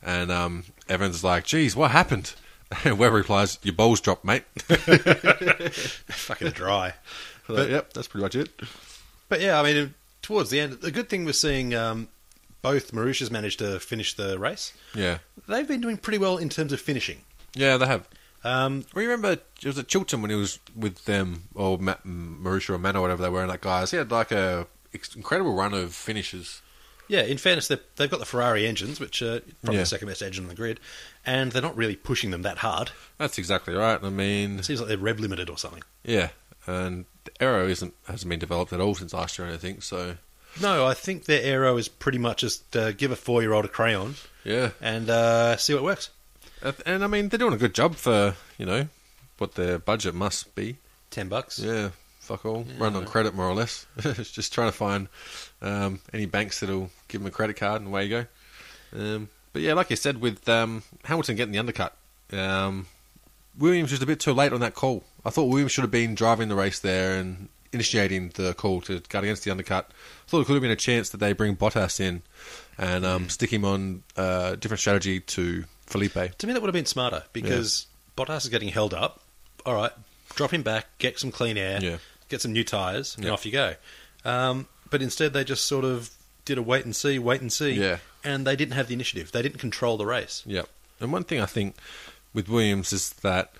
Speaker 3: And um, Evans is like, "Geez, what happened?" And Weber replies, "Your balls dropped, mate."
Speaker 2: Fucking dry.
Speaker 3: but, yep, that's pretty much it.
Speaker 2: But yeah, I mean, towards the end, the good thing was seeing um, both Marushas managed to finish the race.
Speaker 3: Yeah.
Speaker 2: They've been doing pretty well in terms of finishing.
Speaker 3: Yeah, they have.
Speaker 2: Um,
Speaker 3: Well, you remember it was at Chilton when he was with them, or Ma- Marusha or Man or whatever they were, and that guys. He had like a ex- incredible run of finishes.
Speaker 2: yeah, in fairness, they've, they've got the Ferrari engines, which are probably
Speaker 3: Yeah.
Speaker 2: the second best engine on the grid, and they're not really pushing them that hard.
Speaker 3: That's exactly right. I mean,
Speaker 2: It seems like they're rev limited or something.
Speaker 3: yeah, and the Aero isn't hasn't been developed at all since last year, I don't think. So
Speaker 2: No, I think their aero is pretty much just uh, give a four year old a crayon
Speaker 3: yeah,
Speaker 2: and uh, see what works.
Speaker 3: and, and I mean they're doing a good job for you know what their budget must be.
Speaker 2: Ten bucks.
Speaker 3: Yeah, fuck all, run on credit more or less. It's just trying to find um, any banks that'll give them a credit card, and away you go. Um, but yeah, like you said, with um, Hamilton getting the undercut, um, Williams was a bit too late on that call. I thought Williams should have been driving the race there, and initiating the call to guard against the undercut. I thought it could have been a chance that they bring Bottas in and um, stick him on a uh, different strategy to Felipe.
Speaker 2: To me, that would have been smarter because Bottas is getting held up. All right, drop him back, get some clean air,
Speaker 3: Yeah.
Speaker 2: get some new tyres, and
Speaker 3: Yeah.
Speaker 2: off you go. Um, but instead, they just sort of did a wait and see, wait and see,
Speaker 3: Yeah.
Speaker 2: and they didn't have the initiative. They didn't control the race.
Speaker 3: Yep. And one thing I think with Williams is that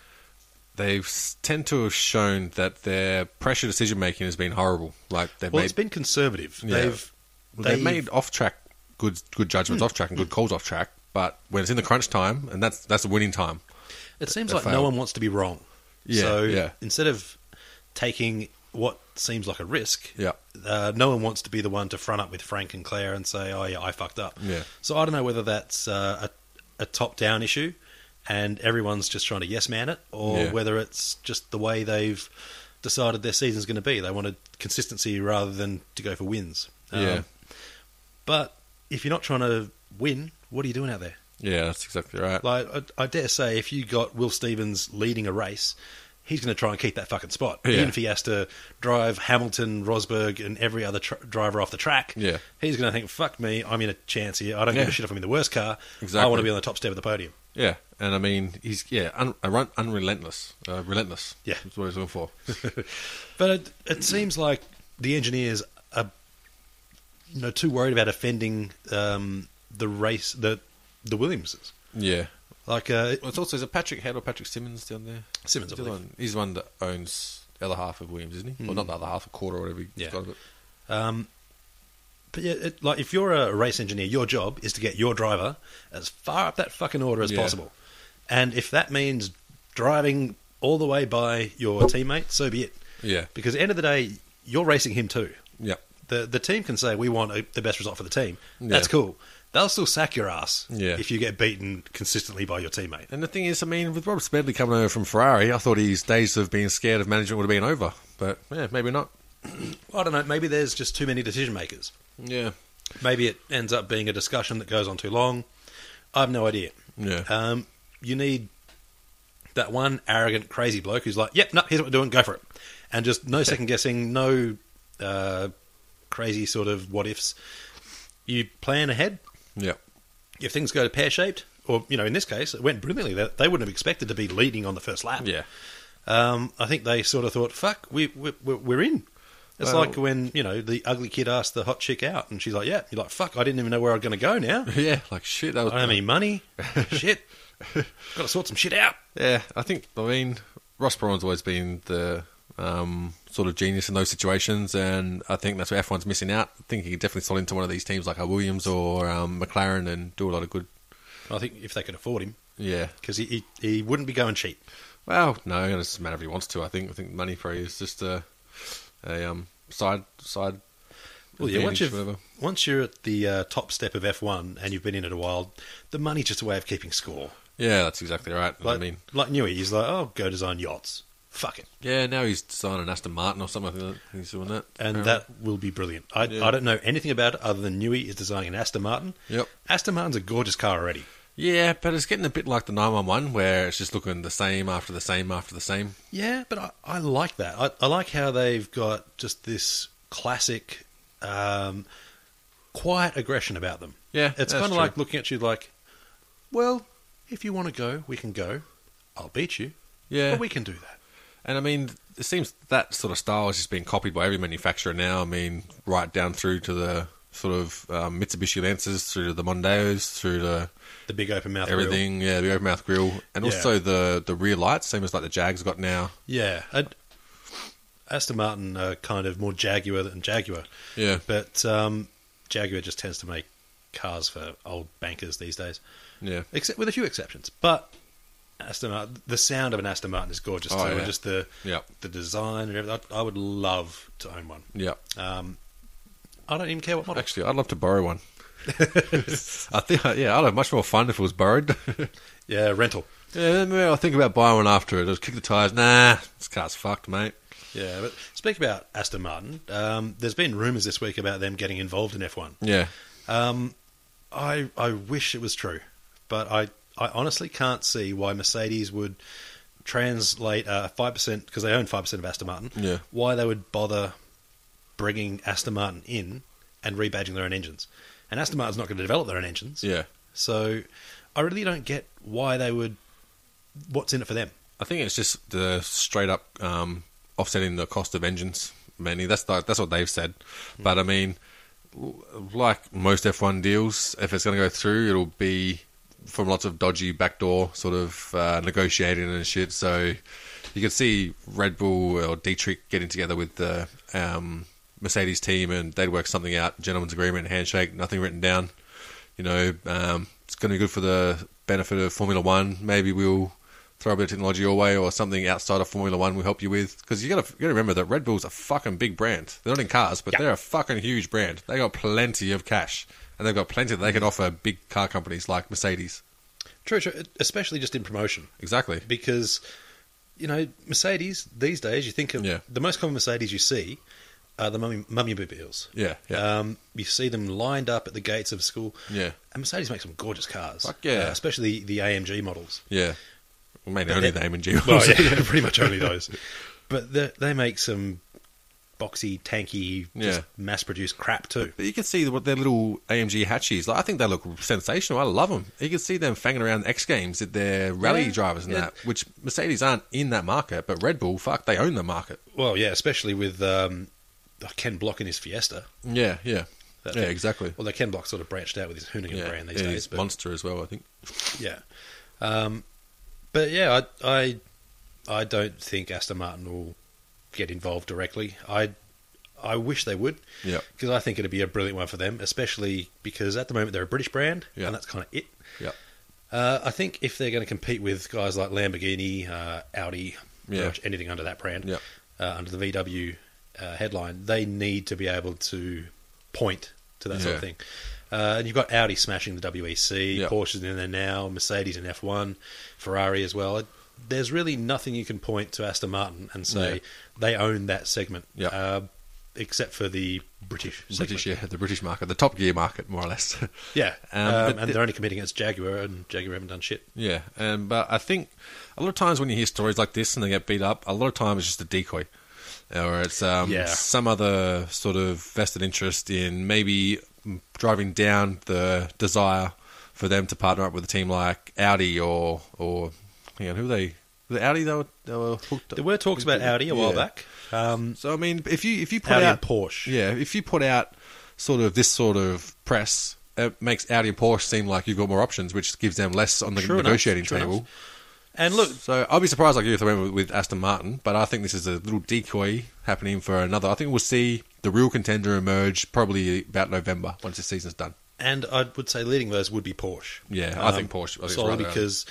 Speaker 3: they tend to have shown that their pressure decision making has been horrible. Like they've
Speaker 2: Well,
Speaker 3: made
Speaker 2: it's been conservative.
Speaker 3: Yeah.
Speaker 2: They've
Speaker 3: Well, they've
Speaker 2: they've-
Speaker 3: made off track good good judgments
Speaker 2: Hmm.
Speaker 3: off track and good calls off track, but when it's in the crunch time and that's that's the winning time.
Speaker 2: It seems
Speaker 3: they
Speaker 2: like no
Speaker 3: failed.
Speaker 2: one wants to be wrong.
Speaker 3: Yeah,
Speaker 2: so
Speaker 3: yeah.
Speaker 2: instead of taking what seems like a risk,
Speaker 3: Yeah.
Speaker 2: uh, no one wants to be the one to front up with Frank and Claire and say, "Oh yeah, I fucked up."
Speaker 3: Yeah.
Speaker 2: So I don't know whether that's uh, a, a top-down issue, and everyone's just trying to yes man it, or
Speaker 3: Yeah.
Speaker 2: whether it's just the way they've decided their season's going to be. They wanted consistency rather than to go for wins. Um,
Speaker 3: Yeah.
Speaker 2: But if you're not trying to win, what are you doing out there?
Speaker 3: Yeah, that's exactly right.
Speaker 2: Like, I, I dare say, if you got Will Stevens leading a race, he's going to try and keep that fucking spot.
Speaker 3: Yeah.
Speaker 2: Even if he has to drive Hamilton, Rosberg, and every other tr- driver off the track,
Speaker 3: Yeah.
Speaker 2: he's going to think, fuck me, I'm in a chance here. I don't give
Speaker 3: Yeah.
Speaker 2: a shit if I'm in the worst car. I
Speaker 3: Exactly.
Speaker 2: want to be on the top step of the podium.
Speaker 3: yeah, and I mean he's yeah un, un, unrelentless, uh, relentless.
Speaker 2: Yeah.
Speaker 3: that's what he's looking for.
Speaker 2: But it, it seems like the engineers are you know, too worried about offending um, the race, the, the Williamses.
Speaker 3: yeah,
Speaker 2: Like, uh,
Speaker 3: well, it's also is it Patrick Head or Patrick Simmons down there?
Speaker 2: Simmons, I
Speaker 3: He's the
Speaker 2: believe. Hmm.
Speaker 3: one- he's the one that owns the other half of Williams, isn't he? Well, not the other half, a quarter or whatever. He's
Speaker 2: Yeah.
Speaker 3: got of it.
Speaker 2: Um, but yeah, it, like if you're a race engineer, your job is to get your driver as far up that fucking order as
Speaker 3: Yeah.
Speaker 2: possible. And if that means driving all the way by your teammate, so be it.
Speaker 3: Yeah,
Speaker 2: Because at the end of the day, you're racing him too.
Speaker 3: yeah,
Speaker 2: The the team can say we want a, the best result for the team.
Speaker 3: Yeah.
Speaker 2: That's cool. They'll still sack your ass
Speaker 3: Yeah.
Speaker 2: if you get beaten consistently by your teammate.
Speaker 3: And the thing is, I mean, with Rob Smedley coming over from Ferrari, I thought his days of being scared of management would have been over, but yeah, maybe not.
Speaker 2: I don't know. Maybe there's just too many decision makers.
Speaker 3: Yeah,
Speaker 2: Maybe it ends up being a discussion that goes on too long. I have no idea.
Speaker 3: yeah.
Speaker 2: Um, you need that one arrogant, crazy bloke who's like, "Yep, no, here's what we're doing. Go for it," and just no second guessing, no uh, crazy sort of what ifs. You plan ahead.
Speaker 3: Yeah,
Speaker 2: If things go pear shaped, or you know, in this case, it went brilliantly. They, they wouldn't have expected to be leading on the first lap.
Speaker 3: yeah,
Speaker 2: Um, I think they sort of thought, "Fuck, we, we we're- we're in." It's
Speaker 3: Well-
Speaker 2: like when you know the ugly kid asked the hot chick out, and she's like, "Yeah." You're like, "Fuck, I didn't even know where I was going to go now.
Speaker 3: yeah. Like shit. That
Speaker 2: I
Speaker 3: was.
Speaker 2: don't have any money. shit, got to sort some shit out."
Speaker 3: Yeah, I think. I mean, Ross Brawn's always been the um, sort of genius in those situations, and I think that's where F1's missing out. I think he could definitely slot into one of these teams like a Williams or um, McLaren and do a lot of good.
Speaker 2: I think if they could afford him,
Speaker 3: Yeah.
Speaker 2: because he, he he wouldn't be going cheap.
Speaker 3: Well, no, it doesn't matter if he wants to. I think. I think money probably is just a, a um, side side.
Speaker 2: Well, yeah, once
Speaker 3: advantage,
Speaker 2: you've, once you're at the uh, top step of F1 and you've been in it a while, the money's just a way of keeping score.
Speaker 3: Yeah, that's exactly right.
Speaker 2: Like,
Speaker 3: I mean,
Speaker 2: like Newey, he's like, oh, go design yachts. Fuck it.
Speaker 3: yeah, now he's designing an Aston Martin or something. I think that- he's doing that.
Speaker 2: And
Speaker 3: Apparently.
Speaker 2: that will be brilliant. I,
Speaker 3: Yeah.
Speaker 2: I don't know anything about it other than Newey is designing an Aston Martin.
Speaker 3: Yep.
Speaker 2: Aston Martin's a gorgeous car already.
Speaker 3: Yeah, but it's getting a bit like the 911 where it's just looking the same after the same after the same.
Speaker 2: Yeah, but I, I like that. I, I like how they've got just this classic, um, quiet aggression about them.
Speaker 3: Yeah,
Speaker 2: It's
Speaker 3: that's
Speaker 2: kind of
Speaker 3: true.
Speaker 2: like looking at you like, well, if you want to go, we can go. I'll beat you,
Speaker 3: Yeah.
Speaker 2: but we can do that.
Speaker 3: And I mean, it seems that sort of style is just being copied by every manufacturer now. I mean, right down through to the sort of um, Mitsubishi Lancers, through to the Mondeos, through to
Speaker 2: The big open mouth. grill.
Speaker 3: everything. Yeah, the open mouth grill. And
Speaker 2: Yeah.
Speaker 3: also the, the rear lights, same as like the Jags got now.
Speaker 2: Yeah. i Aston Martin are kind of more Jaguar than Jaguar,
Speaker 3: Yeah.
Speaker 2: but um, Jaguar just tends to make cars for old bankers these days,
Speaker 3: Yeah.
Speaker 2: except with a few exceptions. But Aston Martin, the sound of an Aston Martin is gorgeous
Speaker 3: Oh,
Speaker 2: too, and
Speaker 3: yeah.
Speaker 2: just the
Speaker 3: Yeah.
Speaker 2: the design and everything. I, I would love to own one.
Speaker 3: Yeah.
Speaker 2: Um, I don't even care what model.
Speaker 3: Actually, I'd love to borrow one. I think, uh, yeah, I'd have much more fun if it was borrowed.
Speaker 2: Yeah, rental.
Speaker 3: yeah, maybe I'll think about buying one after it. I'll kick the tires. Nah, this car's fucked, mate.
Speaker 2: Yeah, but speak about Aston Martin. Um, there's been rumours this week about them getting involved in F1.
Speaker 3: Yeah,
Speaker 2: Um, I I wish it was true, but I I honestly can't see why Mercedes would translate five percent because they own five percent of Aston Martin.
Speaker 3: Yeah.
Speaker 2: Why they would bother bringing Aston Martin in and rebadging their own engines, and Aston Martin's not going to develop their own engines.
Speaker 3: Yeah.
Speaker 2: So I really don't get why they would. What's in it for them?
Speaker 3: I think it's just the straight up um, offsetting the cost of engines. Mainly, that's the, that's what they've said. But I mean, l- like most F1 deals, if it's going to go through, it'll be from lots of dodgy backdoor sort of uh, negotiating and shit. So you can see Red Bull or Dietrich getting together with the um, Mercedes team, and they'd work something out, gentleman's agreement, handshake, nothing written down. You know, um, it's going to be good for the benefit of Formula One. Maybe we'll throw a bit of technology your way or something outside of Formula One we'll help you with. Because you got to remember that Red Bull's a fucking big brand. They're not in cars, but they're a fucking huge brand. They got plenty of cash, and they've got plenty that they can offer big car companies like Mercedes.
Speaker 2: True, true. Especially just in promotion.
Speaker 3: Exactly.
Speaker 2: because you know Mercedes these days. You think of
Speaker 3: Yeah.
Speaker 2: the most common Mercedes you see are the mummy mummy mobiles.
Speaker 3: Yeah, yeah.
Speaker 2: Um, you see them lined up at the gates of school.
Speaker 3: Yeah.
Speaker 2: and Mercedes makes some gorgeous cars. Uh,
Speaker 3: Fuck yeah.
Speaker 2: especially the AMG models.
Speaker 3: Yeah. Well, mainly only
Speaker 2: they-
Speaker 3: the and G.
Speaker 2: Well, yeah, pretty much only those. But the, they make some boxy, tanky, just
Speaker 3: Yeah.
Speaker 2: mass-produced crap too.
Speaker 3: But you can see what their little AMG hatchies. Like I think they look sensational. I love them. You can see them fanging around X Games at their rally
Speaker 2: Yeah,
Speaker 3: drivers and
Speaker 2: yeah.
Speaker 3: that, which Mercedes aren't in that market, but Red Bull, fuck, they own the market.
Speaker 2: Well, yeah, especially with um, Ken Block in his Fiesta.
Speaker 3: Yeah, yeah,
Speaker 2: That
Speaker 3: yeah,
Speaker 2: thing.
Speaker 3: exactly.
Speaker 2: Although Ken Block sort of branched out with his Hoonigan
Speaker 3: yeah,
Speaker 2: brand these
Speaker 3: yeah,
Speaker 2: days.
Speaker 3: he's monster as well. I think.
Speaker 2: Yeah, um, but yeah, I, I I don't think Aston Martin will get involved directly. I I wish they would.
Speaker 3: Yeah.
Speaker 2: because I think it'd be a brilliant one for them, especially because at the moment they're a British brand,
Speaker 3: Yeah.
Speaker 2: and that's kind of it.
Speaker 3: Yeah.
Speaker 2: Uh, I think if they're going to compete with guys like Lamborghini, uh, Audi, pretty
Speaker 3: Yeah.
Speaker 2: much anything under that brand,
Speaker 3: Yeah.
Speaker 2: uh, under the VW uh, headline, they need to be able to point to that sort
Speaker 3: Yeah.
Speaker 2: of thing. Uh, and you've got Audi smashing the WEC,
Speaker 3: Yeah.
Speaker 2: Porsche's in there now, Mercedes in F1, Ferrari as well. There's really nothing you can point to Aston Martin and say
Speaker 3: Yeah.
Speaker 2: they own that segment,
Speaker 3: Yeah.
Speaker 2: uh, except for the British segment.
Speaker 3: British, yeah, the British market, the Top Gear market, more or less.
Speaker 2: Yeah,
Speaker 3: Um,
Speaker 2: um,
Speaker 3: but
Speaker 2: and
Speaker 3: the-
Speaker 2: they're only competing against Jaguar, and Jaguar haven't done shit.
Speaker 3: yeah, and but I think a lot of times when you hear stories like this and they get beat up, a lot of times it's just a decoy, or it's um,
Speaker 2: Yeah.
Speaker 3: some other sort of vested interest in maybe driving down the desire for them to partner up with a team like Audi or or you know, who they the Audi they were, they were hooked up.
Speaker 2: There were talks about Audi a while
Speaker 3: Yeah.
Speaker 2: back. Um,
Speaker 3: So I mean, if you if you put
Speaker 2: Audi and
Speaker 3: out
Speaker 2: Porsche.
Speaker 3: yeah, if you put out sort of this sort of press, it makes Audi and Porsche seem like you've got more options, which gives them less on the
Speaker 2: True enough,
Speaker 3: negotiating
Speaker 2: true
Speaker 3: table.
Speaker 2: enough. And look,
Speaker 3: So I'll be surprised like you if they went with- with Aston Martin, but I think this is a little decoy happening for another. I think we'll see the real contender emerge probably about November once the season's done.
Speaker 2: and I would say leading those would be Porsche. Um,
Speaker 3: Yeah, I think Porsche- I think it's
Speaker 2: solely
Speaker 3: right there.
Speaker 2: because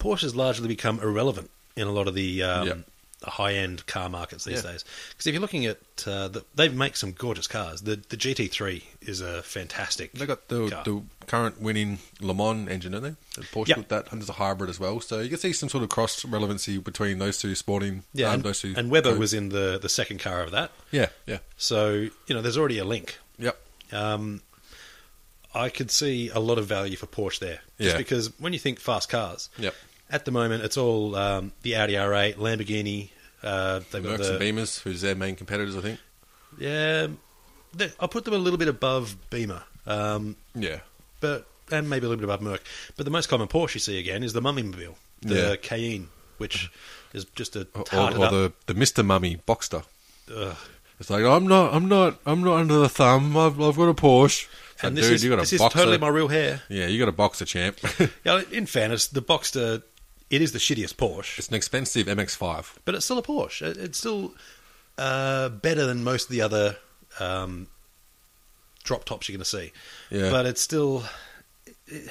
Speaker 2: Porsche has largely become irrelevant in a lot of the um,
Speaker 3: Yep.
Speaker 2: high-end car markets these
Speaker 3: Yeah.
Speaker 2: days. Because if you're looking at, uh, the, they make some gorgeous cars. The the GT3 is a fantastic.
Speaker 3: They got the,
Speaker 2: car.
Speaker 3: the current winning Le Mans engine, don't they? The Porsche
Speaker 2: Yeah.
Speaker 3: with that, and there's a hybrid as well. So you can see some sort of cross relevancy between those two sporting.
Speaker 2: yeah,
Speaker 3: um,
Speaker 2: and,
Speaker 3: those two.
Speaker 2: and Weber
Speaker 3: codes.
Speaker 2: was in the the second car of that.
Speaker 3: Yeah, yeah,
Speaker 2: So you know, there's already a link.
Speaker 3: yep.
Speaker 2: Um, I could see a lot of value for Porsche there, just
Speaker 3: Yeah.
Speaker 2: because when you think fast cars,
Speaker 3: Yep.
Speaker 2: at the moment it's all um, the Audi R8, Lamborghini. Uh, they've got
Speaker 3: Mercs
Speaker 2: the
Speaker 3: and Beamers, who's their main competitors, I think.
Speaker 2: yeah. they- I'll put them a little bit above Beamer, um,
Speaker 3: Yeah,
Speaker 2: but and maybe a little bit above Merc. But the most common Porsche you see again is the Mummy Mobile, the
Speaker 3: Yeah.
Speaker 2: Cayenne, which is just a
Speaker 3: or,
Speaker 2: tarted
Speaker 3: or
Speaker 2: up.
Speaker 3: the the Mister Mummy Boxster.
Speaker 2: Ugh.
Speaker 3: It's like I'm not, I'm not, I'm not under the thumb. I've, I've got a Porsche. It's
Speaker 2: and
Speaker 3: like,
Speaker 2: this
Speaker 3: dude,
Speaker 2: is
Speaker 3: you got a
Speaker 2: this is
Speaker 3: boxer.
Speaker 2: totally my real hair.
Speaker 3: yeah, you got a boxer champ.
Speaker 2: Yeah, in fairness, the Boxster it is the shittiest Porsche.
Speaker 3: it's an expensive MX-5.
Speaker 2: but it's still a Porsche. It- It's still uh, better than most of the other um, drop tops you're going to see.
Speaker 3: Yeah.
Speaker 2: But it's still, it-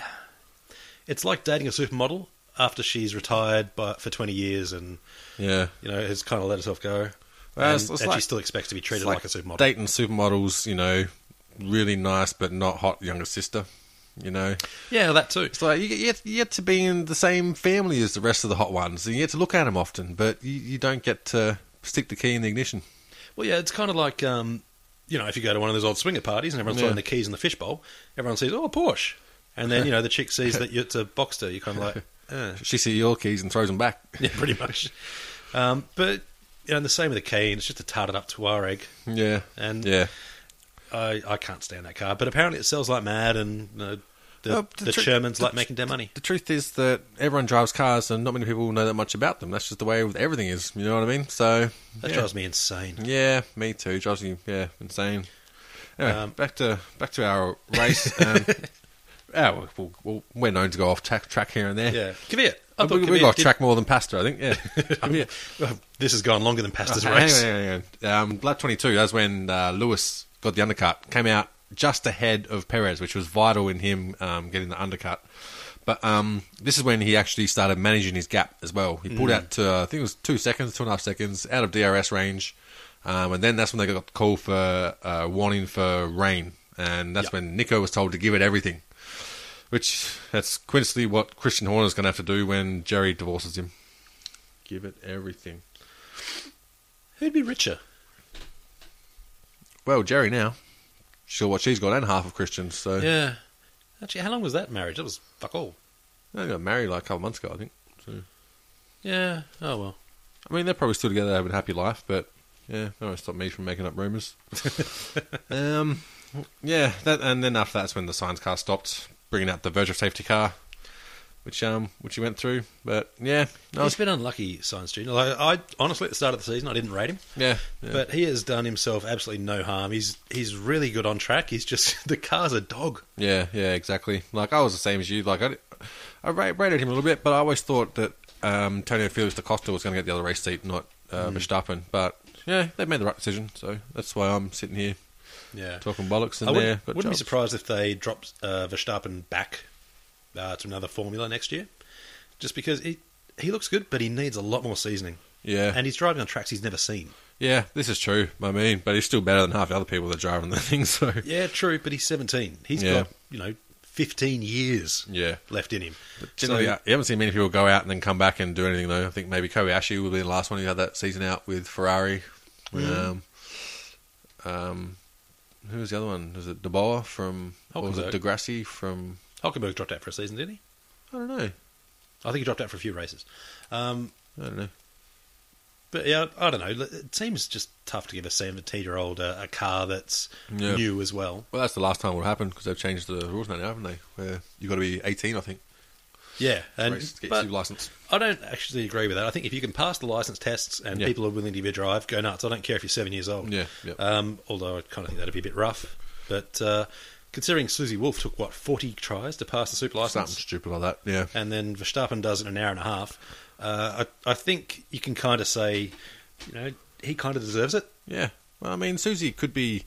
Speaker 2: it's like dating a supermodel after she's retired by, for 20 years and
Speaker 3: Yeah,
Speaker 2: you know has kind of let herself go.
Speaker 3: Well,
Speaker 2: and
Speaker 3: it's- it's
Speaker 2: and she
Speaker 3: like-
Speaker 2: still expects to be treated
Speaker 3: It's
Speaker 2: like, a supermodel.
Speaker 3: Dating supermodels, you know, really nice but not hot younger sister. You know,
Speaker 2: Yeah, that too.
Speaker 3: it's like you get, you get- you get to be in the same family as the rest of the hot ones, and you get to look at them often, but you, you don't get to stick the key in the ignition.
Speaker 2: Well, yeah, it's kind of like um, you know if you go to one of those old swinger parties and everyone's
Speaker 3: Yeah.
Speaker 2: throwing the keys in the fishbowl, everyone sees oh a Porsche, and then you know the chick sees that you it's a Boxster. You're kind of like Uh.
Speaker 3: She sees your keys and throws them back.
Speaker 2: Yeah, pretty much. Um, but you know, and the same with the cane. It's just a tarted up Tuareg.
Speaker 3: Yeah.
Speaker 2: And-
Speaker 3: yeah.
Speaker 2: I I can't stand that car. But apparently it sells like mad, and uh, the,
Speaker 3: Uh,
Speaker 2: the,
Speaker 3: tru-
Speaker 2: Shermans
Speaker 3: the
Speaker 2: like
Speaker 3: tr-
Speaker 2: making their money.
Speaker 3: The truth is that everyone drives cars, and not many people know that much about them. That's just the way with everything is. You know what I mean? So
Speaker 2: That
Speaker 3: yeah.
Speaker 2: drives me insane.
Speaker 3: Yeah, me too. Drives me yeah insane. Anyway,
Speaker 2: Um,
Speaker 3: back to back to our race. um, yeah, we'll, we'll, we'll- we're known to go off track, track here and there.
Speaker 2: Yeah, Kvyat. I
Speaker 3: Uh,
Speaker 2: thought
Speaker 3: we, we
Speaker 2: Kvyat
Speaker 3: got off
Speaker 2: did-
Speaker 3: track more than Pasta, I think. Yeah, yeah.
Speaker 2: Oh, This has gone longer than Pasta's
Speaker 3: Oh, Hang on,
Speaker 2: race.
Speaker 3: hang on, hang on. Um, lap 22, that's when uh, Lewis got the undercut. Came out just ahead of Perez, which was vital in him um, getting the undercut. But um, this is when he actually started managing his gap as well. He pulled out to, uh, I think it was two seconds, two and a half seconds, out of DRS range. Um, and then that's when they got the call for uh, warning for rain. And that's
Speaker 2: Yep.
Speaker 3: when Nico was told to give it everything. Which that's coincidentally what Christian Horner's going to have to do when Jerry divorces him. Give it everything.
Speaker 2: Who'd be richer?
Speaker 3: Well, Jerry now. Sure, what she's got and half of Christians. So
Speaker 2: Yeah. Actually, how long was that marriage? That was fuck all.
Speaker 3: they got married like a couple months ago, I think. So
Speaker 2: Yeah. Oh well.
Speaker 3: I mean, they're probably still together, having a happy life. But yeah, that won't stop me from making up rumours. um, yeah, that and then after that's when the science car stopped, bringing out the verge of safety car, which um which he went through. But yeah, no,
Speaker 2: He's
Speaker 3: it's-
Speaker 2: been unlucky, science student. Like, I honestly, at the start of the season, I didn't rate him,
Speaker 3: yeah, yeah.
Speaker 2: but he has done himself absolutely no harm. He's he's really good on track. He's just the car's a dog.
Speaker 3: Yeah, yeah, exactly. Like I was the same as you. Like I, I ra- rated him a little bit, but I always thought that um, Antonio Felix da Costa was going to get the other race seat, not uh,
Speaker 2: Mm.
Speaker 3: Verstappen. But yeah, they made the right decision, so that's why I'm sitting here
Speaker 2: Yeah.
Speaker 3: talking bollocks in
Speaker 2: I
Speaker 3: there.
Speaker 2: wouldn't, wouldn't be surprised if they dropped uh, Verstappen back uh, to another formula next year, just because he he looks good, but he needs a lot more seasoning,
Speaker 3: Yeah,
Speaker 2: and he's driving on tracks he's never seen.
Speaker 3: yeah, this is true. I mean, but he's still better than half the other people that are driving the thing. So
Speaker 2: Yeah, true, but he's seventeen. He's
Speaker 3: Yeah.
Speaker 2: got you know fifteen years
Speaker 3: yeah,
Speaker 2: left in him.
Speaker 3: generally,
Speaker 2: So-
Speaker 3: I- you haven't seen many people go out and then come back and do anything though. I think maybe Kobayashi will be the last one who had that season out with Ferrari. Um, um, who was the other one? Was it De Boer from? Or was it
Speaker 2: Hülkenberg.
Speaker 3: Degrassi from?
Speaker 2: Hulkenberg dropped out for a season, didn't he?
Speaker 3: I don't know.
Speaker 2: I think he dropped out for a few races. Um,
Speaker 3: I don't know.
Speaker 2: but yeah, I don't know. It seems just tough to give a seventeen-year-old a, a car that's
Speaker 3: Yeah.
Speaker 2: new as well.
Speaker 3: Well, that's the last time it will happen because they've changed the rules now, haven't they? Where you got to be eighteen, I think,
Speaker 2: Yeah, and
Speaker 3: and to get
Speaker 2: but-
Speaker 3: your license.
Speaker 2: I don't actually agree with that. I think if you can pass the license tests and
Speaker 3: Yeah.
Speaker 2: people are willing to give you a drive, go nuts. I don't care if you're seven years old.
Speaker 3: Yeah, yeah.
Speaker 2: Um, although I kind of think that'd be a bit rough. But uh, considering Susie Wolf took, what, 40 tries to pass the super
Speaker 3: Something
Speaker 2: license?
Speaker 3: stupid like that. Yeah.
Speaker 2: And then Verstappen does it in an hour and a half. Uh, I, I think you can kind of say, you know, he kind of deserves it.
Speaker 3: Yeah. Well, I mean, Susie could be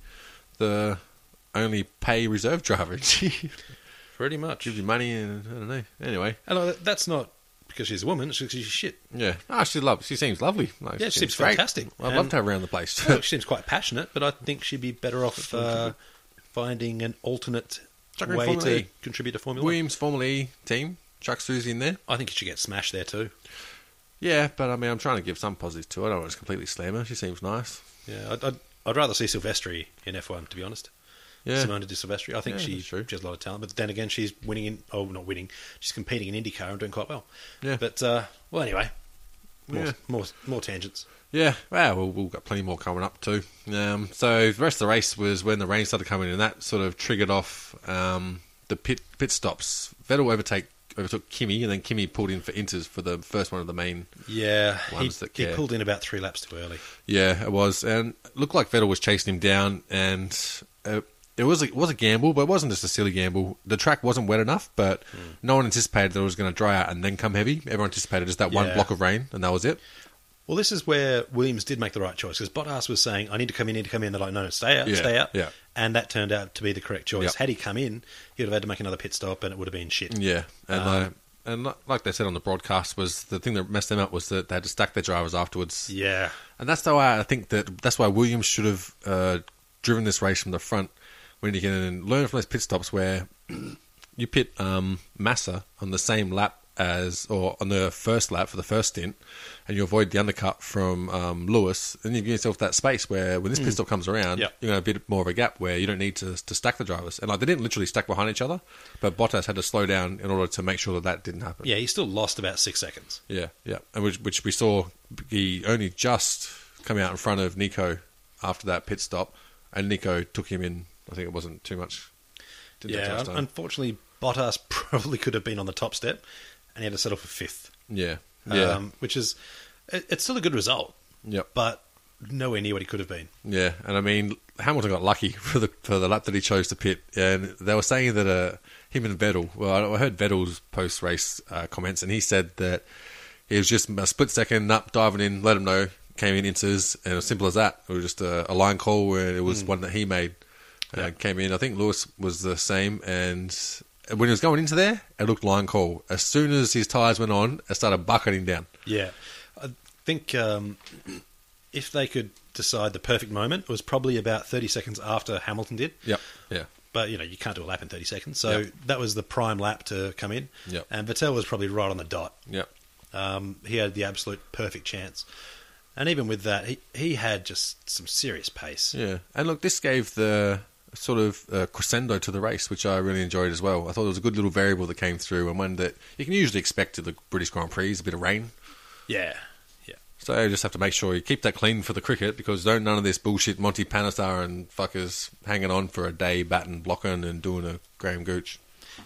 Speaker 3: the only pay reserve driver. She
Speaker 2: Pretty much.
Speaker 3: gives you money, and I don't know. Anyway,
Speaker 2: And I, that's not because she's a woman, it's because she's shit.
Speaker 3: Yeah. Ah, she's lovely. She seems Oh, lovely. Like,
Speaker 2: Yeah, she seems
Speaker 3: great.
Speaker 2: fantastic.
Speaker 3: I'd love
Speaker 2: And-
Speaker 3: to have her around the place.
Speaker 2: Well, she seems quite passionate, but I think she'd be better off uh, finding an alternate
Speaker 3: Chuck her in
Speaker 2: way
Speaker 3: Formula
Speaker 2: to
Speaker 3: E.
Speaker 2: contribute to Formula One.
Speaker 3: Williams Formula E team. Chuck Susie in there.
Speaker 2: I think she gets smashed there too.
Speaker 3: Yeah, but I mean, I'm trying to give some positives to her. I don't want to completely slam her. She seems nice.
Speaker 2: Yeah, I'd, I'd, I'd rather see Silvestri in F1 to be honest.
Speaker 3: Yeah.
Speaker 2: Simona de Silvestri. I think
Speaker 3: Yeah,
Speaker 2: she
Speaker 3: that's true.
Speaker 2: she has a lot of talent, but then again, she's winning in oh, not winning. She's competing in IndyCar and doing quite well.
Speaker 3: Yeah.
Speaker 2: But uh, well, anyway, more,
Speaker 3: Yeah.
Speaker 2: more more tangents.
Speaker 3: Yeah. Well, we'll- we've got plenty more coming up too. Um, so the rest of the race was when the rain started coming in, and that sort of triggered off um, the pit pit stops. Vettel overtake overtook Kimi, and then Kimi pulled in for Inters for the first one of the main
Speaker 2: Yeah, he,
Speaker 3: Ones that
Speaker 2: he
Speaker 3: care.
Speaker 2: pulled in about three laps too early.
Speaker 3: Yeah, it was, and it looked like Vettel was chasing him down, and uh, it was a, it was a gamble, but it wasn't just a silly gamble. The track wasn't wet enough, but no one anticipated that it was going to dry out and then come heavy. Everyone anticipated just that one
Speaker 2: Yeah.
Speaker 3: block of rain, and that was it.
Speaker 2: Well, this is where Williams did make the right choice because Bottas was saying, "I need to come in, need to come in." They're like, "No, no, stay out,
Speaker 3: Yeah,
Speaker 2: stay out."
Speaker 3: yeah.
Speaker 2: And that turned out to be the correct choice.
Speaker 3: Yep.
Speaker 2: Had he come in, he would have had to make another pit stop, and it would have been shit.
Speaker 3: Yeah, and uh, and li- like they said on the broadcast, was the thing that messed them up was that they had to stack their drivers afterwards,
Speaker 2: Yeah,
Speaker 3: and that's the why I think that that's why Williams should have uh, driven this race from the front. We need to get in and learn from those pit stops where you pit um, Massa on the same lap as or on the first lap for the first stint, and you avoid the undercut from um, Lewis, then you give yourself that space where when this pit stop comes around,
Speaker 2: Yep.
Speaker 3: you're going to have a bit more of a gap where you don't need to, to stack the drivers. And like they didn't literally stack behind each other, but Bottas had to slow down in order to make sure that that didn't happen.
Speaker 2: Yeah, he still lost about six seconds.
Speaker 3: Yeah, yeah, and which, which we saw he only just come out in front of Nico after that pit stop, and Nico took him in. I think it wasn't too much. Didn't take too
Speaker 2: yeah,
Speaker 3: much
Speaker 2: un-
Speaker 3: time.
Speaker 2: unfortunately, Bottas probably could have been on the top step, and he had to settle for fifth.
Speaker 3: yeah, yeah,
Speaker 2: um, which is it, it's still a good result,
Speaker 3: yep,
Speaker 2: but nowhere near what he could have been.
Speaker 3: yeah. And I mean, Hamilton got lucky for the for the lap that he chose to pit, and they were saying that uh, him and Vettel. Well, I- I heard Vettel's post race uh, comments, and he said that he was just a split second up diving in, let him know, came in inches, and it was simple as that. It was just a, a line call where it was one that he made. uh, came in. I think Lewis was the same, and when he was going into there, it looked line call. As soon as his tires went on, it started bucketing down.
Speaker 2: Yeah, I think um, if they could decide the perfect moment, it was probably about thirty seconds after Hamilton did.
Speaker 3: Yep. Yeah.
Speaker 2: But you know you can't do a lap in thirty seconds, so
Speaker 3: Yep.
Speaker 2: that was the prime lap to come in.
Speaker 3: Yep.
Speaker 2: And Vettel was probably right on the dot.
Speaker 3: Yep.
Speaker 2: Um, he had the absolute perfect chance, and even with that, he he had just some serious pace.
Speaker 3: Yeah, and look, this gave the sort of uh, crescendo to the race, which I really enjoyed as well. I thought it was a good little variable that came through, and one that you can usually expect at the British Grand Prix is a bit of rain.
Speaker 2: Yeah,
Speaker 3: So you just have to make sure you keep that clean for the cricket because don't none of this bullshit Monty Panesar and fuckers hanging on for a day batting, blocking, and doing a Graham Gooch.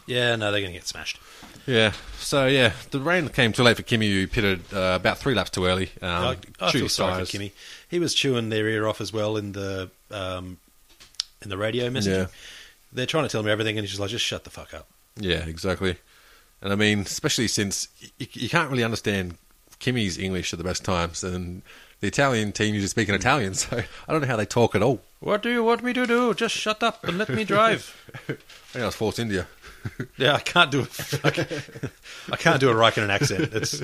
Speaker 2: yeah. No, they're going to get smashed.
Speaker 3: Yeah, so yeah, the rain came too late for Kimmy, who pitted uh, about three laps too early. Um,
Speaker 2: I, I
Speaker 3: chewed
Speaker 2: feel
Speaker 3: his
Speaker 2: sorry
Speaker 3: tyres.
Speaker 2: for Kimmy. He was chewing their ear off as well in the um, in the radio message.
Speaker 3: Yeah.
Speaker 2: They're trying to tell me everything, and he's just like, "Just shut the fuck up."
Speaker 3: Yeah, exactly. And I mean, especially since you, you can't really understand Kimmy's English at the best times, and the Italian team usually speak in Italian, so I don't know how they talk at all.
Speaker 2: Mm. What do you want me to do? Just shut up and let me drive.
Speaker 3: I think I was forced India.
Speaker 2: yeah, I can't do a, I can't- I can't do a Raikkonen accent. It's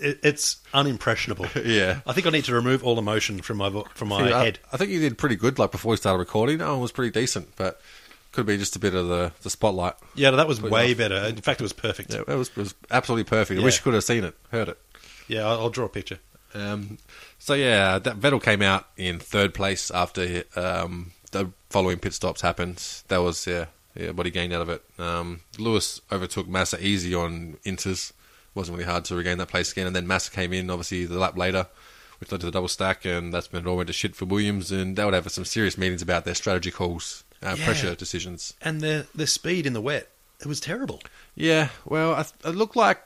Speaker 2: it, it's unimpressionable.
Speaker 3: Yeah.
Speaker 2: I think I need to remove all emotion from my vo- from my
Speaker 3: I,
Speaker 2: head.
Speaker 3: I think you did pretty good, like before we started recording. Oh, it was pretty decent, but could be just a bit of the, the spotlight.
Speaker 2: Yeah, that was
Speaker 3: Put it
Speaker 2: way
Speaker 3: off.
Speaker 2: better. In fact, it was perfect.
Speaker 3: Yeah, it was, it was absolutely perfect. I wish
Speaker 2: Yeah.
Speaker 3: you could have seen it, heard it.
Speaker 2: Yeah, I'll, I'll draw a picture.
Speaker 3: Um, so yeah, that Vettel came out in third place after um, the following pit stops happened. That was yeah, yeah what he gained out of it. Um, Lewis overtook Massa easy on Inters. wasn't really hard to regain that place again. And then Massa came in obviously the lap later, which led to the double stack, and that's when it all went to shit for Williams. And they would have some serious meetings about their strategy calls, uh,
Speaker 2: Yeah.
Speaker 3: pressure decisions.
Speaker 2: And their their speed in the wet, it was terrible.
Speaker 3: Yeah, well, I, it looked like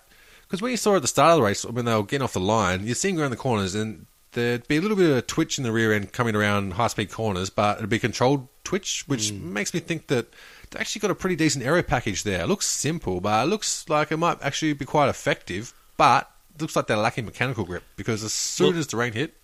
Speaker 3: because when you saw at the start of the race when they were getting off the line, you'd see them around the corners, and there'd be a little bit of a twitch in the rear end coming around high speed corners, but it'd be controlled twitch, which makes me think that they actually got a pretty decent aero package there. It looks simple, but it looks like it might actually be quite effective, but it looks like they're lacking mechanical grip because as soon
Speaker 2: Well-
Speaker 3: as the rain hit,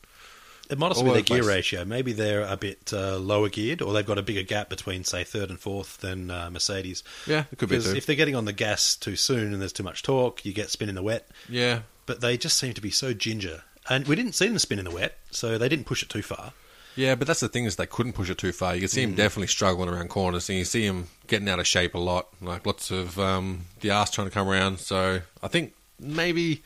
Speaker 2: It might also
Speaker 3: All
Speaker 2: be
Speaker 3: over
Speaker 2: their
Speaker 3: the
Speaker 2: gear
Speaker 3: place.
Speaker 2: ratio. Maybe they're a bit uh, lower geared, or they've got a bigger gap between, say, third and fourth than uh, Mercedes.
Speaker 3: Yeah, it could be
Speaker 2: Because
Speaker 3: too.
Speaker 2: if they're getting on the gas too soon and there's too much torque, you get spin in the wet.
Speaker 3: yeah,
Speaker 2: But they just seem to be so ginger, and we didn't see them spin in the wet, so they didn't push it too far.
Speaker 3: Yeah, but that's the thing is they couldn't push it too far. You could see him definitely struggling around corners, and you see him getting out of shape a lot, like lots of um, the ass trying to come around. So I think maybe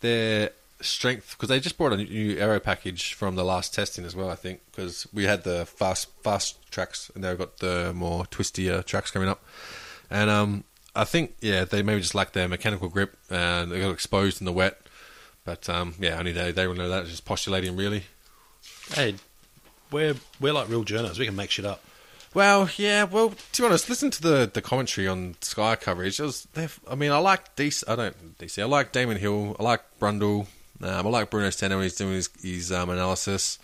Speaker 3: their strength because they just brought a new aero package from the last testing as well. I think because we had the fast fast tracks, and they've got the more twistier tracks coming up, and um, I think yeah they maybe just lack their mechanical grip and they got exposed in the wet. But um, yeah, only they they will know that. It's just postulating really.
Speaker 2: Hey, we're we're like real journalists. We can make shit up.
Speaker 3: Well, yeah. Well, to be honest, listen to the, the commentary on Sky coverage. It was, they've- I mean, I like DC. I don't DC. I like Damon Hill. I like Brundle. Um, I like Bruno Senna when he's doing his, his um, analysis.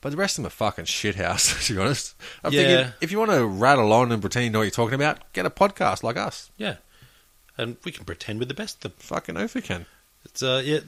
Speaker 3: But the rest of them are fucking shithouse, to be honest. I'm
Speaker 2: Yeah.
Speaker 3: thinking, if you want to rattle on and pretend you know what you're talking about, get a podcast like us.
Speaker 2: Yeah, and we can pretend we're the best of them.
Speaker 3: Fucking oath we can.
Speaker 2: It's uh, yeah.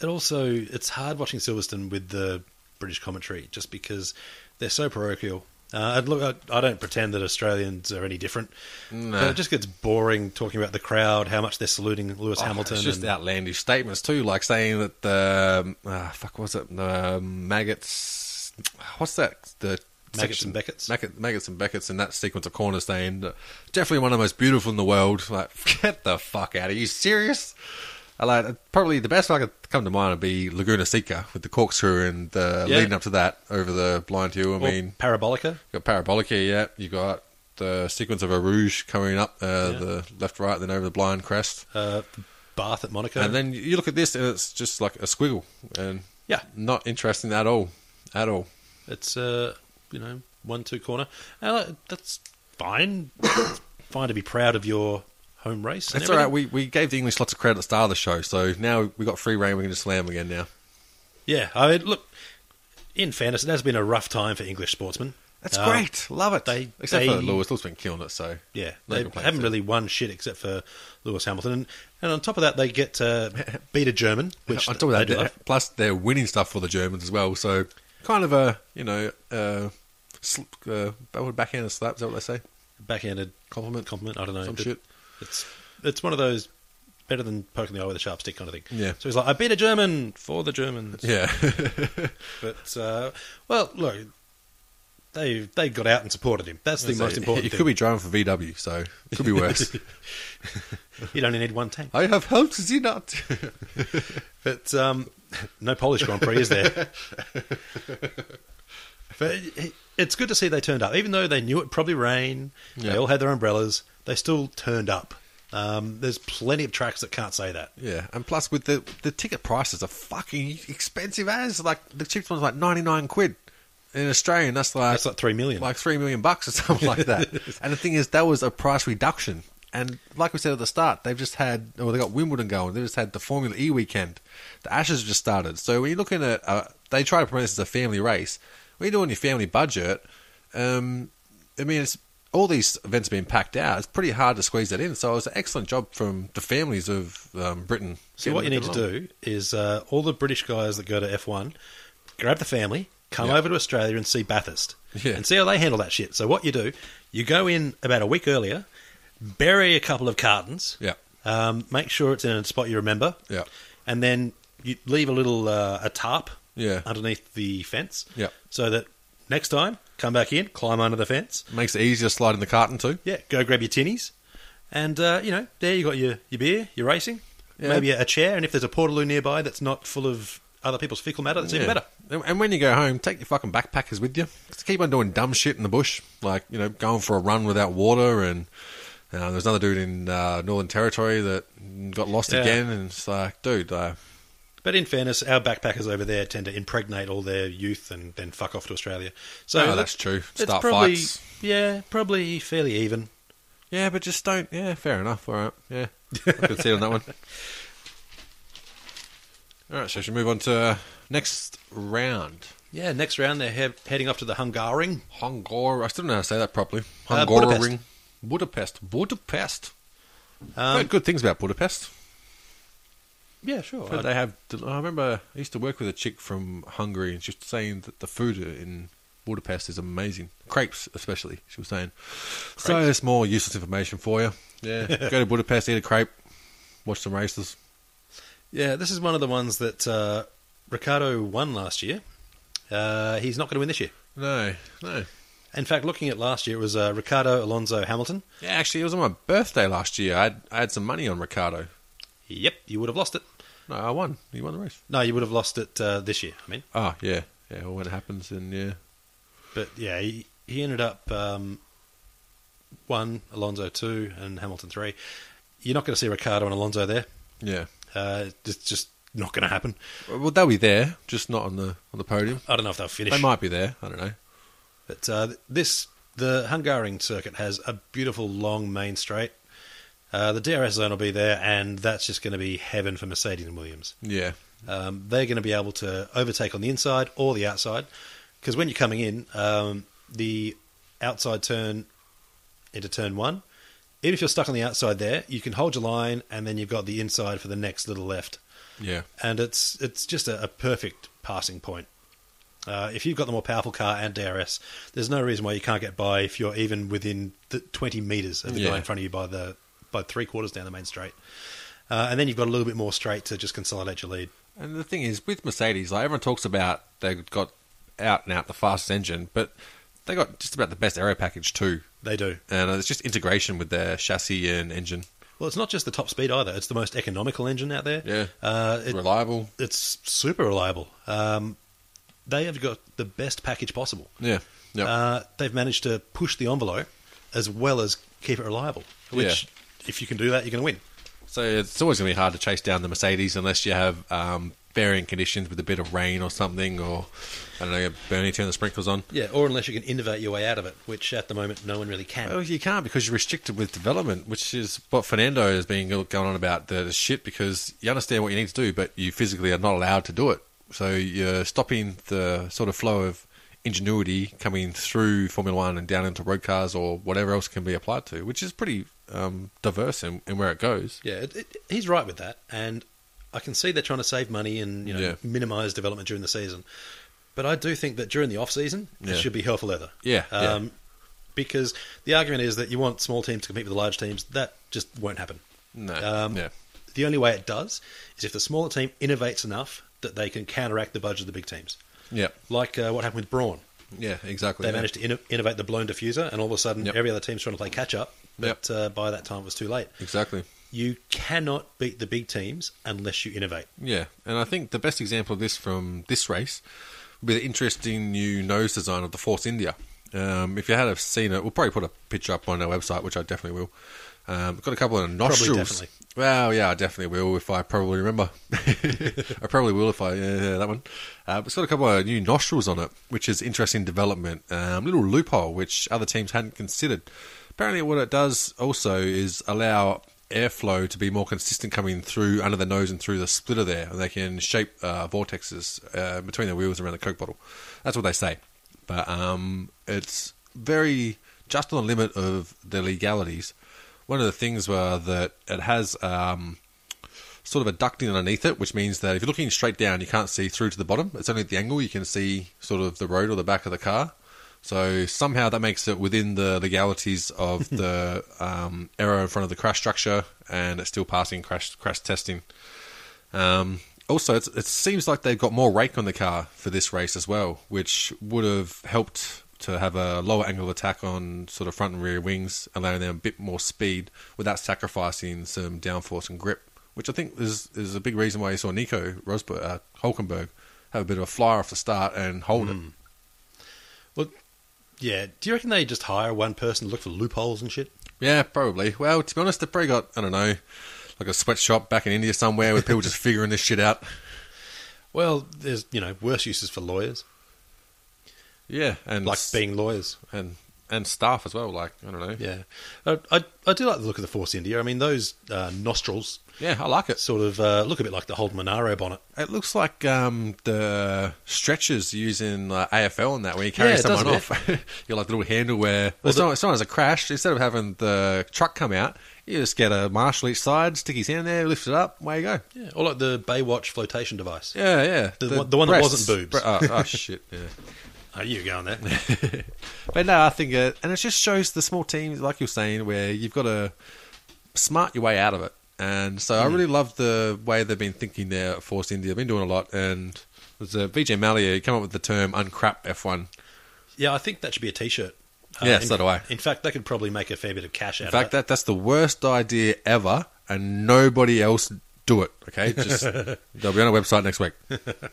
Speaker 2: It also it's hard watching Silverstone with the British commentary just because they're so parochial. Uh, and look, I, I don't pretend that Australians are any different.
Speaker 3: No.
Speaker 2: But it just gets boring talking about the crowd, how much they're saluting Lewis
Speaker 3: Oh,
Speaker 2: Hamilton.
Speaker 3: It's just
Speaker 2: and-
Speaker 3: outlandish statements too, like saying that the um, ah, fuck was it the um, maggots? What's that? The
Speaker 2: Maggots and
Speaker 3: section-
Speaker 2: Beckets?
Speaker 3: maggot- maggots and Beckett's in that sequence of corners saying that definitely one of the most beautiful in the world. Like, get the fuck out! Are you serious? allowed probably the best I could come to mind would be Laguna Seca with the corkscrew and the
Speaker 2: Yeah.
Speaker 3: leading up to that over the blind hill. I
Speaker 2: Or
Speaker 3: mean,
Speaker 2: Parabolica.
Speaker 3: you got Parabolica, yeah. You got the sequence of a rouge coming up uh,
Speaker 2: Yeah.
Speaker 3: the left, right, then over the blind crest,
Speaker 2: Uh, Bath at Monaco.
Speaker 3: and then you look at this and it's just like a squiggle and
Speaker 2: yeah,
Speaker 3: not interesting at all, at all.
Speaker 2: it's uh, you know one two corner. Uh, that's fine. It's fine to be proud of your home race. and
Speaker 3: It's all right.
Speaker 2: everything.
Speaker 3: We, we gave the English lots of credit at the start of the show, so now we got free reign. We can just slam again now.
Speaker 2: Yeah, I mean, look. In fairness, it has been a rough time for English sportsmen.
Speaker 3: That's
Speaker 2: Uh,
Speaker 3: great. Love it.
Speaker 2: they-
Speaker 3: Except for
Speaker 2: they-
Speaker 3: Lewis. Lewis been killing it, so
Speaker 2: Yeah,
Speaker 3: No
Speaker 2: they
Speaker 3: complaints
Speaker 2: haven't
Speaker 3: there.
Speaker 2: really won shit except for Lewis Hamilton, and, and on top of that, they get uh, beat a German, which
Speaker 3: on top of
Speaker 2: they
Speaker 3: that,
Speaker 2: do
Speaker 3: they're-
Speaker 2: love.
Speaker 3: plus they're winning stuff for the Germans as well. So kind of a you know uh, sl- uh, backward backhand slap. Is that what they say?
Speaker 2: backhanded compliment, compliment. I don't know.
Speaker 3: Some
Speaker 2: but
Speaker 3: shit.
Speaker 2: It's it's one of those better than poking the eye with a sharp stick kind of thing.
Speaker 3: Yeah.
Speaker 2: So he's like, I beat a German for the Germans.
Speaker 3: Yeah,
Speaker 2: But uh, well, look, they they got out and supported him. That's the most important
Speaker 3: You
Speaker 2: thing.
Speaker 3: could be driving for VW, so it could be worse.
Speaker 2: You'd only need one tank.
Speaker 3: I have helped Zenat.
Speaker 2: But um, no Polish Grand Prix is there. but it- it's good to see they turned up, even though they knew it probably rain.
Speaker 3: Yeah.
Speaker 2: They all had their umbrellas. They still turned up. Um, there's plenty of tracks that can't say that.
Speaker 3: yeah, and plus with the the ticket prices are fucking expensive as like the cheapest one's like ninety nine quid. In Australian, that's like
Speaker 2: That's like three million.
Speaker 3: like three million bucks or something like that. and the thing is, that was a price reduction. And like we said at the start, they've just had, well, they got Wimbledon going. They just had the Formula E weekend. The Ashes have just started. So when you're looking at, uh, they try to promote this as a family race. When you're doing your family budget, um, I mean, it's all these events are being packed out. It's pretty hard to squeeze that in. So it was an excellent job from the families of um, Britain.
Speaker 2: So what you need to do is uh, all the British guys that go to F1, grab the family, come
Speaker 3: Yeah.
Speaker 2: over to Australia and see Bathurst
Speaker 3: Yeah.
Speaker 2: and see how they handle that shit. So what you do, you go in about a week earlier, bury a couple of cartons,
Speaker 3: Yeah.
Speaker 2: um, make sure it's in a spot you remember,
Speaker 3: Yeah.
Speaker 2: and then you leave a little uh, a tarp
Speaker 3: Yeah.
Speaker 2: underneath the fence,
Speaker 3: Yeah.
Speaker 2: so that next time come back in, climb under the fence,
Speaker 3: Makes it easier to slide in the carton too.
Speaker 2: yeah, go grab your tinnies, and uh, you know there you got your your beer, your racing,
Speaker 3: Yeah.
Speaker 2: maybe a, a chair, and if there's a portaloo nearby that's not full of other people's fecal matter, that's even
Speaker 3: Yeah.
Speaker 2: better.
Speaker 3: And- And when you go home, take your fucking backpackers with you. Just keep on doing dumb shit in the bush, like you know, going for a run without water. And uh, there's another dude in uh, Northern Territory that got lost
Speaker 2: Yeah.
Speaker 3: again, and it's like, dude, uh,
Speaker 2: But in fairness, our backpackers over there tend to impregnate all their youth and then fuck off to Australia. So
Speaker 3: Oh,
Speaker 2: look,
Speaker 3: that's true.
Speaker 2: it's
Speaker 3: Start
Speaker 2: probably,
Speaker 3: fights.
Speaker 2: Yeah, probably fairly even.
Speaker 3: yeah, but just don't. Yeah, fair enough. All right, yeah, I could see it on that one. All right, so we should move on to uh, next round.
Speaker 2: Yeah, next round they're he- heading off to the Hungaroring.
Speaker 3: Hungor, I still don't know how to say that properly.
Speaker 2: Uh,
Speaker 3: Hungaroring,
Speaker 2: Budapest.
Speaker 3: Budapest, Budapest.
Speaker 2: Um,
Speaker 3: Heard good things about Budapest.
Speaker 2: yeah, sure.
Speaker 3: But they have. del- I remember I used to work with a chick from Hungary, and she was saying that the food in Budapest is amazing. Crepes, especially, she was saying. So it's more useless information for you. Yeah, go to Budapest, eat a crepe, watch some races.
Speaker 2: Yeah, this is one of the ones that uh, Ricardo won last year. Uh, he's not going to win this year.
Speaker 3: No, no.
Speaker 2: In fact, looking at last year, it was uh, Ricardo, Alonso, Hamilton.
Speaker 3: Yeah, actually, it was on my birthday last year. I had, I had some money on Ricardo.
Speaker 2: Yep, you would have lost it.
Speaker 3: No, I won. He won the race.
Speaker 2: No, you would have lost it uh, this year. I mean,
Speaker 3: Ah, yeah, yeah. Well, when it happens, and yeah,
Speaker 2: but yeah, he, he ended up um, one, Alonso two, and Hamilton three. You're not going to see Ricardo and Alonso there.
Speaker 3: yeah.
Speaker 2: Uh, it's just not going to happen.
Speaker 3: Well, they'll be there, just not on the on the podium.
Speaker 2: I don't know if they'll finish.
Speaker 3: They might be there. I don't know.
Speaker 2: But uh, th- this, the Hungaroring circuit has a beautiful long main straight. Uh, the DRS zone will be there, and that's just going to be heaven for Mercedes and Williams.
Speaker 3: Yeah,
Speaker 2: Um, they're going to be able to overtake on the inside or the outside, because when you're coming in, um, the outside turn into turn one, even if you're stuck on the outside there, you can hold your line, and then you've got the inside for the next little left
Speaker 3: yeah.
Speaker 2: and it's it's just a, a perfect passing point. Uh, if you've got the more powerful car and DRS, there's no reason why you can't get by if you're even within the 20 meters of the
Speaker 3: Yeah.
Speaker 2: guy in front of you by the by three quarters down the main straight, uh, and then you've got a little bit more straight to just consolidate your lead.
Speaker 3: And the thing is, with Mercedes, like everyone talks about, they got out and out the fastest engine, but they got just about the best aero package too.
Speaker 2: They do.
Speaker 3: And it's just integration with their chassis and engine.
Speaker 2: Well, it's not just the top speed either. It's the most economical engine out there.
Speaker 3: Yeah.
Speaker 2: Uh, it,
Speaker 3: Reliable.
Speaker 2: it's super reliable. Um, they have got the best package possible.
Speaker 3: Yeah. Yeah.
Speaker 2: Uh, they've managed to push the envelope as well as keep it reliable, which, if you can do that, you're going to win.
Speaker 3: So it's always going to be hard to chase down the Mercedes unless you have um, varying conditions with a bit of rain or something, or I don't know, Bernie turn the sprinkles on.
Speaker 2: Yeah, or unless you can innovate your way out of it, which at the moment no one really can.
Speaker 3: Well, you can't because you're restricted with development, which is what Fernando has been going on about the shit. Because you understand what you need to do, but you physically are not allowed to do it. So you're stopping the sort of flow of ingenuity coming through Formula One and down into road cars or whatever else can be applied to, which is pretty um, diverse in, in where it goes.
Speaker 2: Yeah, it, it, he's right with that, and I can see they're trying to save money and you know
Speaker 3: Yeah.
Speaker 2: minimize development during the season. But I do think that during the off season,
Speaker 3: Yeah.
Speaker 2: it should be hell for leather.
Speaker 3: Yeah, yeah.
Speaker 2: Um, because the argument is that you want small teams to compete with the large teams. That just won't happen.
Speaker 3: No,
Speaker 2: Um,
Speaker 3: yeah.
Speaker 2: The only way it does is if the smaller team innovates enough that they can counteract the budget of the big teams.
Speaker 3: Yeah,
Speaker 2: Like uh, what happened with Brawn.
Speaker 3: yeah, exactly.
Speaker 2: They
Speaker 3: yeah.
Speaker 2: managed to inno- innovate the blown diffuser, and all of a sudden,
Speaker 3: Yep.
Speaker 2: every other team's trying to play catch up. But uh, by that time, it was too late.
Speaker 3: Exactly.
Speaker 2: You cannot beat the big teams unless you innovate.
Speaker 3: Yeah, and I think the best example of this from this race would be the interesting new nose design of the Force India. Um, if you had have seen it, we'll probably put a picture up on our website, which I definitely will. Um, got a couple of nostrils.
Speaker 2: definitely.
Speaker 3: Well, yeah, I definitely will if I probably remember. I probably will if I yeah, yeah that one. Uh, but it's got a couple of new nostrils on it, which is interesting development. Um, little loophole which other teams hadn't considered. Apparently, what it does also is allow airflow to be more consistent coming through under the nose and through the splitter there, and they can shape uh, vortexes uh, between the wheels around the coke bottle. That's what they say, but um, it's very just on the limit of the legalities. One of the things were that it has um, sort of a ducting underneath it, which means that if you're looking straight down, you can't see through to the bottom. It's only at the angle you can see sort of the road or the back of the car. So somehow that makes it within the legalities of the um, error in front of the crash structure, and it's still passing crash crash testing. Um, also, it's, it seems like they've got more rake on the car for this race as well, which would have helped to have a lower angle of attack on sort of front and rear wings, allowing them a bit more speed without sacrificing some downforce and grip, which I think is is a big reason why you saw Nico Rosberg, uh, Hulkenberg have a bit of a flyer off the start and hold
Speaker 2: Hmm.
Speaker 3: it.
Speaker 2: Well, yeah. Do you reckon they just hire one person to look for loopholes and shit?
Speaker 3: Yeah, probably. Well, to be honest, they've probably got, I don't know, like a sweatshop back in India somewhere with people just figuring this shit out.
Speaker 2: Well, there's you know worse uses for lawyers,
Speaker 3: Yeah, and
Speaker 2: like being lawyers.
Speaker 3: and and staff as well. Like I don't know.
Speaker 2: Yeah, I, I, I do like the look of the Force India. I mean, those uh, nostrils
Speaker 3: Yeah, I like it.
Speaker 2: sort of uh, look a bit like the Hold Monaro bonnet.
Speaker 3: It looks like um, the stretchers used in uh, AFL and that, where you carry
Speaker 2: Yeah, it does
Speaker 3: someone
Speaker 2: a
Speaker 3: off. You're like the little handle where well, someone, someone has a crash. Instead of having the truck come out, you just get a marshal each side, stick his hand there, lift it up, away you go.
Speaker 2: Yeah, or like the Baywatch flotation device.
Speaker 3: Yeah, yeah.
Speaker 2: The one- the one that wasn't boobs.
Speaker 3: bre- oh, oh, shit. Yeah.
Speaker 2: Are Uh, you going there?
Speaker 3: But no, I think, uh, and it just shows the small teams, like you're saying, where you've got to smart your way out of it. And so I really love the way they've been thinking there at Force India. They've been doing a lot. And there's a VJ Malia who came up with the term uncrap F1.
Speaker 2: yeah, I think that should be a T-shirt. Uh,
Speaker 3: Yeah,
Speaker 2: in,
Speaker 3: so do I.
Speaker 2: In fact, they could probably make a fair bit of cash out
Speaker 3: In fact,
Speaker 2: of
Speaker 3: that that's the worst idea ever, and nobody else do it. Okay, just they'll be on our website next week.
Speaker 2: that.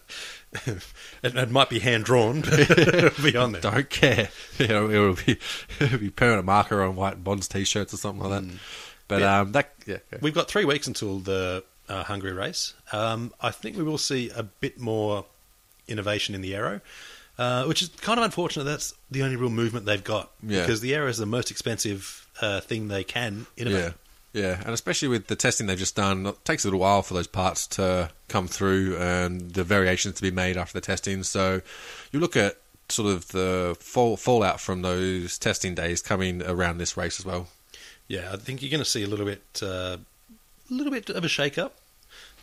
Speaker 2: It, it might be hand drawn, but it'll be on there.
Speaker 3: Don't care. You know, it'll be it'll be permanent marker on white bonds t-shirts or something like that. But
Speaker 2: Yeah.
Speaker 3: um, that yeah, yeah.
Speaker 2: We've got three weeks until the uh, Hungary race. Um, I think we will see a bit more innovation in the Aero, uh, which is kind of unfortunate. That's the only real movement they've got
Speaker 3: Yeah.
Speaker 2: because the Aero is the most expensive uh, thing they can innovate.
Speaker 3: Yeah. Yeah, and especially with the testing they've just done, it takes a little while for those parts to come through and the variations to be made after the testing. So you look at sort of the fall, fallout from those testing days coming around this race as well.
Speaker 2: Yeah, I think you're going to see a little bit, uh, a little bit of a shake-up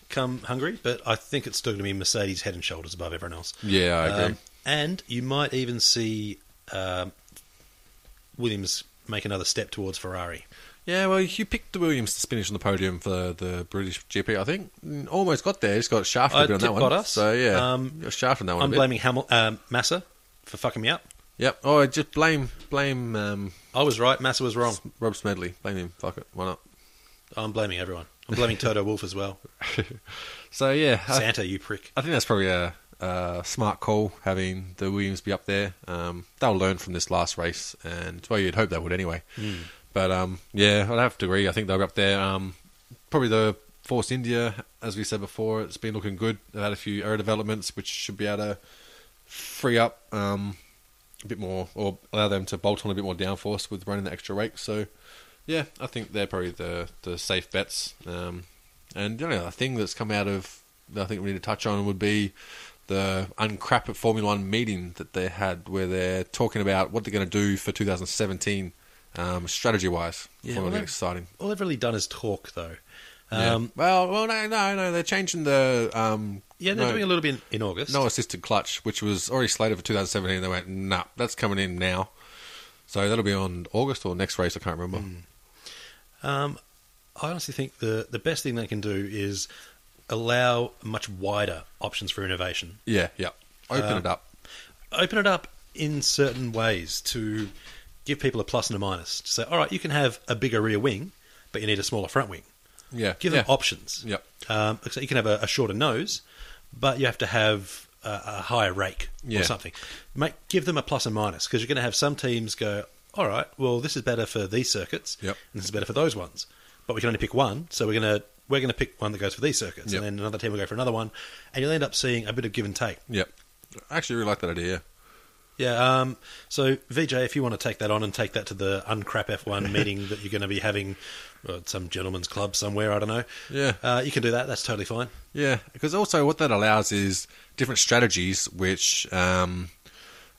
Speaker 2: come Hungary, but I think it's still going to be Mercedes head and shoulders above everyone else.
Speaker 3: Yeah, I agree.
Speaker 2: Um, and you might even see um, Williams make another step towards Ferrari.
Speaker 3: Yeah, well, you picked the Williams to finish on the podium for the British GP, I think. Mm, Almost got there, just got shafted
Speaker 2: I
Speaker 3: a bit on that
Speaker 2: tipped
Speaker 3: one.
Speaker 2: Bottas.
Speaker 3: So yeah,
Speaker 2: Um,
Speaker 3: got shafted on that one.
Speaker 2: I'm
Speaker 3: a bit.
Speaker 2: blaming Hamil- um, Massa for fucking me up.
Speaker 3: Yep. Oh, just blame blame um,
Speaker 2: I was right. Massa was wrong.
Speaker 3: Rob Smedley. Blame him. Fuck it. Why not?
Speaker 2: I'm blaming everyone. I'm blaming Toto Wolf as well.
Speaker 3: So yeah, I-
Speaker 2: Santa, you prick.
Speaker 3: I think that's probably a, a smart call having the Williams be up there. Um, they'll learn from this last race, and well, you'd hope they would anyway. But um, yeah, I'd have to agree. I think they'll be up there. Um, probably the Force India, as we said before, it's been looking good. They've had a few error developments, which should be able to free up um, a bit more or allow them to bolt on a bit more downforce with running the extra rake. So yeah, I think they're probably the the safe bets. Um, and the only other thing that's come out of that I think we need to touch on would be the uncrap at Formula One meeting that they had, where they're talking about what they're going to do for 2017 um, strategy wise.
Speaker 2: Yeah,
Speaker 3: Yeah,
Speaker 2: well,
Speaker 3: well,
Speaker 2: they-
Speaker 3: exciting.
Speaker 2: All they've really done is talk, though.
Speaker 3: Yeah.
Speaker 2: Um,
Speaker 3: Well, well, no, no, no, they're changing the um,
Speaker 2: yeah. they're
Speaker 3: no,
Speaker 2: doing a little bit in August.
Speaker 3: no assisted clutch, which was already slated for 2017. They went, nah, that's coming in now. So that'll be on August or next race. I can't remember.
Speaker 2: Hmm. Um, I honestly think the the best thing they can do is allow much wider options for innovation.
Speaker 3: Yeah, yeah. Open
Speaker 2: Um,
Speaker 3: it up.
Speaker 2: Open it up in certain ways to give people a plus and a minus. To say, all right, you can have a bigger rear wing, but you need a smaller front wing.
Speaker 3: Yeah,
Speaker 2: Give
Speaker 3: yeah.
Speaker 2: them options.
Speaker 3: Yep.
Speaker 2: Um, so you can have a, a shorter nose, but you have to have a, a higher rake
Speaker 3: Yeah.
Speaker 2: or something. Make give them a plus and minus because you're going to have some teams go, all right, well this is better for these circuits,
Speaker 3: Yep.
Speaker 2: and this is better for those ones, but we can only pick one, so we're going to we're going to pick one that goes for these circuits,
Speaker 3: Yep.
Speaker 2: and then another team will go for another one, and you'll end up seeing a bit of give and take.
Speaker 3: Yep. I actually really like that idea.
Speaker 2: Yeah. Um, so VJ, if you want to take that on and take that to the uncrap F1 meeting that you're going to be having uh, at some gentleman's club somewhere, I don't know.
Speaker 3: Yeah.
Speaker 2: Uh, you can do that. That's totally fine.
Speaker 3: Yeah, because also what that allows is different strategies which um,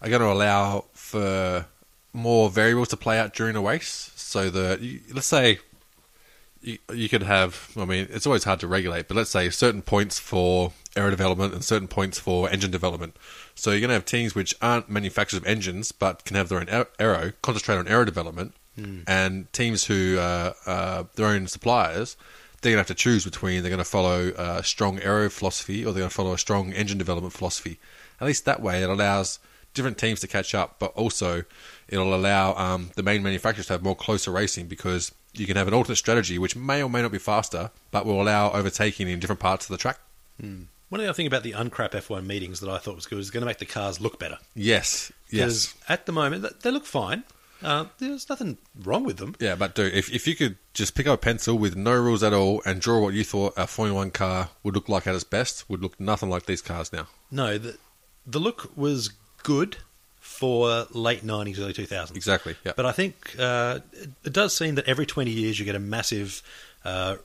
Speaker 3: are going to allow for more variables to play out during a race. So that you, let's say you, you could have, I mean, it's always hard to regulate, but let's say certain points for error development and certain points for engine development. So you're going to have teams which aren't manufacturers of engines but can have their own ar- aero, concentrate on aero development, and teams who are uh, their own suppliers. They're going to have to choose between they're going to follow a strong aero philosophy or they're going to follow a strong engine development philosophy. At least that way, it allows different teams to catch up, but also it'll allow um, the main manufacturers to have more closer racing because you can have an alternate strategy which may or may not be faster, but will allow overtaking in different parts of the track.
Speaker 2: One other thing about the uncrap F1 meetings that I thought was good is going to make the cars look better.
Speaker 3: Yes, yes,
Speaker 2: 'Cause At the moment, th- they look fine. Uh, there's nothing wrong with them.
Speaker 3: yeah. But dude, if if you could just pick up a pencil with no rules at all and draw what you thought a Formula One car would look like at its best, would look nothing like these cars now.
Speaker 2: No, the, the look was good for late 90s, early 2000s.
Speaker 3: Exactly. Yeah.
Speaker 2: But I think uh, it, it does seem that every 20 years you get a massive uh,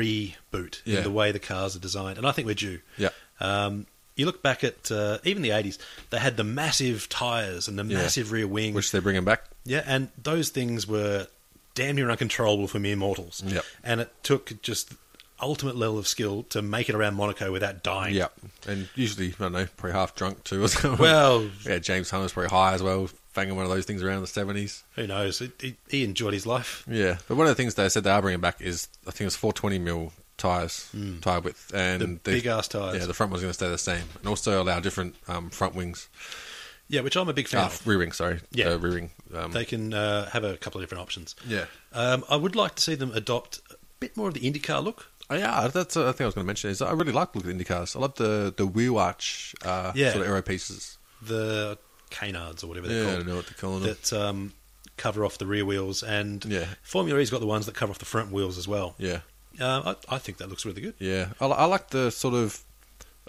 Speaker 2: reboot
Speaker 3: Yeah.
Speaker 2: in the way the cars are designed. And I think we're due.
Speaker 3: Yeah.
Speaker 2: Um, you look back at uh, even the 80s, they had the massive tyres and the
Speaker 3: Yeah.
Speaker 2: massive rear wing.
Speaker 3: Which they're bringing back.
Speaker 2: Yeah, and those things were damn near uncontrollable for mere mortals.
Speaker 3: Yep.
Speaker 2: And it took just ultimate level of skill to make it around Monaco without dying.
Speaker 3: Yeah, and usually I don't know, probably half drunk too or something.
Speaker 2: Well-
Speaker 3: yeah, James Hunt was probably high as well, fanging one of those things around the seventies.
Speaker 2: Who knows? He- He, he enjoyed his life.
Speaker 3: Yeah, but one of the things they said they are bringing back is I think it was 420 mil tires, tire width, and
Speaker 2: The big-ass tyres.
Speaker 3: Yeah, the front one's going to stay the same, and also allow different um, front wings,
Speaker 2: Yeah, which I'm a big fan
Speaker 3: uh,
Speaker 2: of.
Speaker 3: rear wing. Sorry,
Speaker 2: Yeah.
Speaker 3: uh, rear wing. Um,
Speaker 2: They can uh, have a couple of different options.
Speaker 3: Yeah.
Speaker 2: Um, I would like to see them adopt a bit more of the IndyCar look.
Speaker 3: oh, yeah, that's uh, I think I was going to mention is I really like looking at the IndyCars. I love the the wheel arch, uh,
Speaker 2: Yeah.
Speaker 3: sort of aero pieces.
Speaker 2: The canards or whatever they're
Speaker 3: Yeah, I
Speaker 2: called.
Speaker 3: don't know what they're calling them.
Speaker 2: that um, cover off the rear wheels. And
Speaker 3: Yeah.
Speaker 2: Formula E's got the ones that cover off the front wheels as well.
Speaker 3: Yeah.
Speaker 2: Uh, I, I think that looks really good.
Speaker 3: Yeah, I, li- I like the sort of,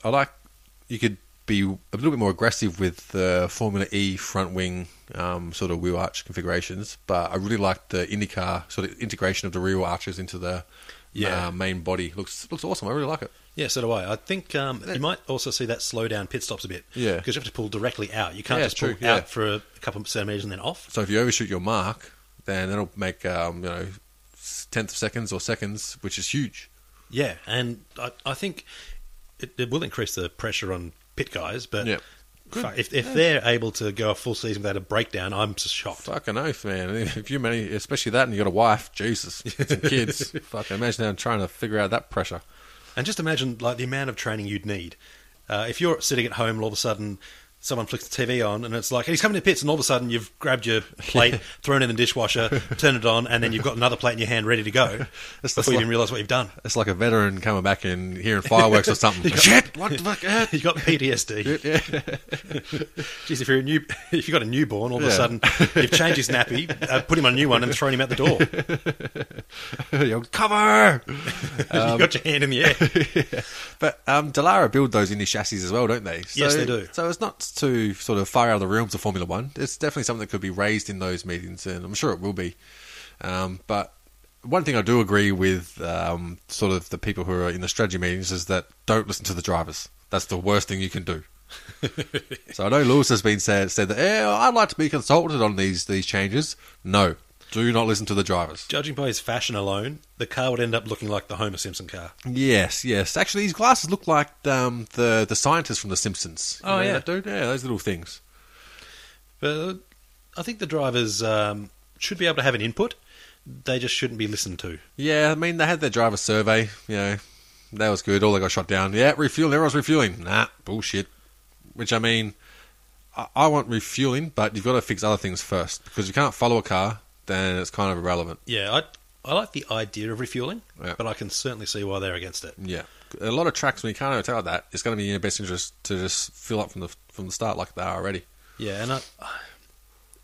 Speaker 3: I like you could be a little bit more aggressive with the Formula E front wing um, sort of wheel arch configurations, but I really like the IndyCar sort of integration of the rear arches into the
Speaker 2: Yeah.
Speaker 3: uh, main body. looks looks awesome. I really like it.
Speaker 2: Yeah, so do I. I think um, you might also see that slow down pit stops a bit.
Speaker 3: Yeah.
Speaker 2: Because you have to pull directly out. You can't
Speaker 3: Yeah,
Speaker 2: just pull
Speaker 3: true, yeah.
Speaker 2: out for a couple of centimetres and then off.
Speaker 3: So if you overshoot your mark, then that'll make um, you know tenth of seconds or seconds, which is huge.
Speaker 2: Yeah, and I, I think it, it will increase the pressure on pit guys, but
Speaker 3: Yeah.
Speaker 2: fuck, if, if they're able to go a full season without a breakdown, I'm just shocked.
Speaker 3: Fucking oath, man! If you many, especially that, and you got a wife, Jesus, some kids. Fucking imagine them trying to figure out that pressure.
Speaker 2: And just imagine like the amount of training you'd need. Uh, if you're sitting at home and all of a sudden someone flicks the TV on and it's like, he's coming to pits, and all of a sudden you've grabbed your plate, thrown it in the dishwasher, turned it on, and then you've got another plate in your hand ready to go
Speaker 3: It's
Speaker 2: before
Speaker 3: just
Speaker 2: you
Speaker 3: like-
Speaker 2: even realise what you've done.
Speaker 3: It's like a veteran coming back and hearing fireworks or something. Shit! What the fuck? eh?
Speaker 2: You've got PTSD. Jeez, if you're a new, if you've got a newborn, all of a
Speaker 3: Yeah.
Speaker 2: sudden you've changed his nappy, uh, put him on a new one, and thrown him out the door.
Speaker 3: Yo, cover!
Speaker 2: you've got your hand in the air.
Speaker 3: But um, Delara build those indie chassis as well, don't they? So,
Speaker 2: Yes, they do.
Speaker 3: So it's not too sort of far out of the realms of Formula One. It's definitely something that could be raised in those meetings, and I'm sure it will be. Um, but one thing I do agree with um, sort of the people who are in the strategy meetings is that don't listen to the drivers. That's the worst thing you can do. so I know Lewis has been said said that eh, I'd like to be consulted on these these changes. No, do not listen to the drivers.
Speaker 2: Judging by his fashion alone, the car would end up looking like the Homer Simpson car.
Speaker 3: Yes, yes. Actually, his glasses look like um, the the scientist from The Simpsons. You
Speaker 2: Oh,
Speaker 3: know
Speaker 2: yeah.
Speaker 3: that dude. Yeah, those little things.
Speaker 2: But uh, I think the drivers um, should be able to have an input. They just shouldn't be listened to.
Speaker 3: Yeah, I mean they had their driver survey. You know, that was good. All they got shot down. Yeah, refueling. Everyone's refueling. Nah, bullshit. Which I mean, I, I want refueling, but you've got to fix other things first because you can't follow a car. Then it's kind of irrelevant.
Speaker 2: Yeah, I I like the idea of refueling,
Speaker 3: Yeah.
Speaker 2: but I can certainly see why they're against it.
Speaker 3: Yeah, a lot of tracks when you can't overtake like that, it's going to be in your best interest to just fill up from the from the start like they are already.
Speaker 2: Yeah, and I,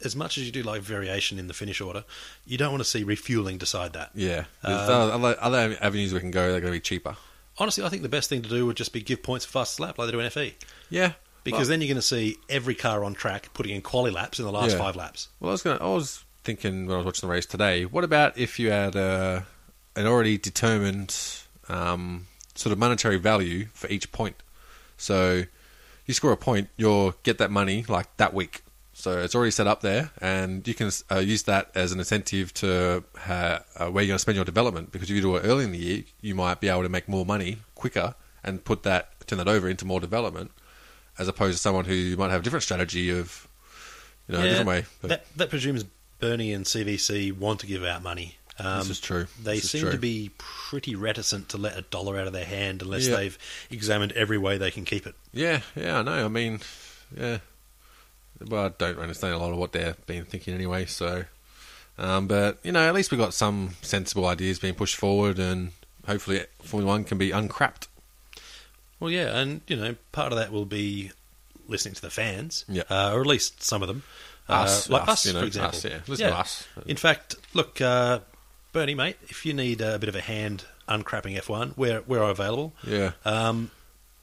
Speaker 2: as much as you do like variation in the finish order, you don't want to see refueling decide that.
Speaker 3: Yeah, There's
Speaker 2: Uh,
Speaker 3: other, other avenues we can go. They're going to be cheaper.
Speaker 2: Honestly, I think the best thing to do would just be give points for fastest lap like they do in FE.
Speaker 3: Yeah,
Speaker 2: Because then you're going to see every car on track putting in quali laps in the last
Speaker 3: Yeah.
Speaker 2: five laps.
Speaker 3: Well, I was going. to I was thinking when I was watching the race today. What about if you had uh, an already determined um, sort of monetary value for each point? So you score a point, you'll get that money like that week. So it's already set up there, and you can uh, use that as an incentive to uh, uh, where you're going to spend your development. Because if you do it early in the year, you might be able to make more money quicker and put that turn that over into more development, as opposed to someone who might have a different strategy of, you know, a different way. But-
Speaker 2: That, that presumes Bernie and CVC want to give out money. Um,
Speaker 3: This is true.
Speaker 2: They
Speaker 3: This is
Speaker 2: seem
Speaker 3: true.
Speaker 2: to be pretty reticent to let a dollar out of their hand unless
Speaker 3: Yeah.
Speaker 2: they've examined every way they can keep it.
Speaker 3: Yeah, yeah, I know. I mean, yeah. Well, I don't understand a lot of what they're been thinking anyway. So, um, but you know, at least we got some sensible ideas being pushed forward, and hopefully, Formula One can be uncrapped.
Speaker 2: Well, yeah, and you know, part of that will be listening to the fans,
Speaker 3: Yeah.
Speaker 2: uh, or at least some of them,
Speaker 3: Us,
Speaker 2: uh, like us,
Speaker 3: us, you know,
Speaker 2: for example.
Speaker 3: us, yeah. Listen to us.
Speaker 2: In fact, look, uh, Bernie, mate, if you need a bit of a hand uncrapping F1, we're we're available.
Speaker 3: Yeah.
Speaker 2: Um,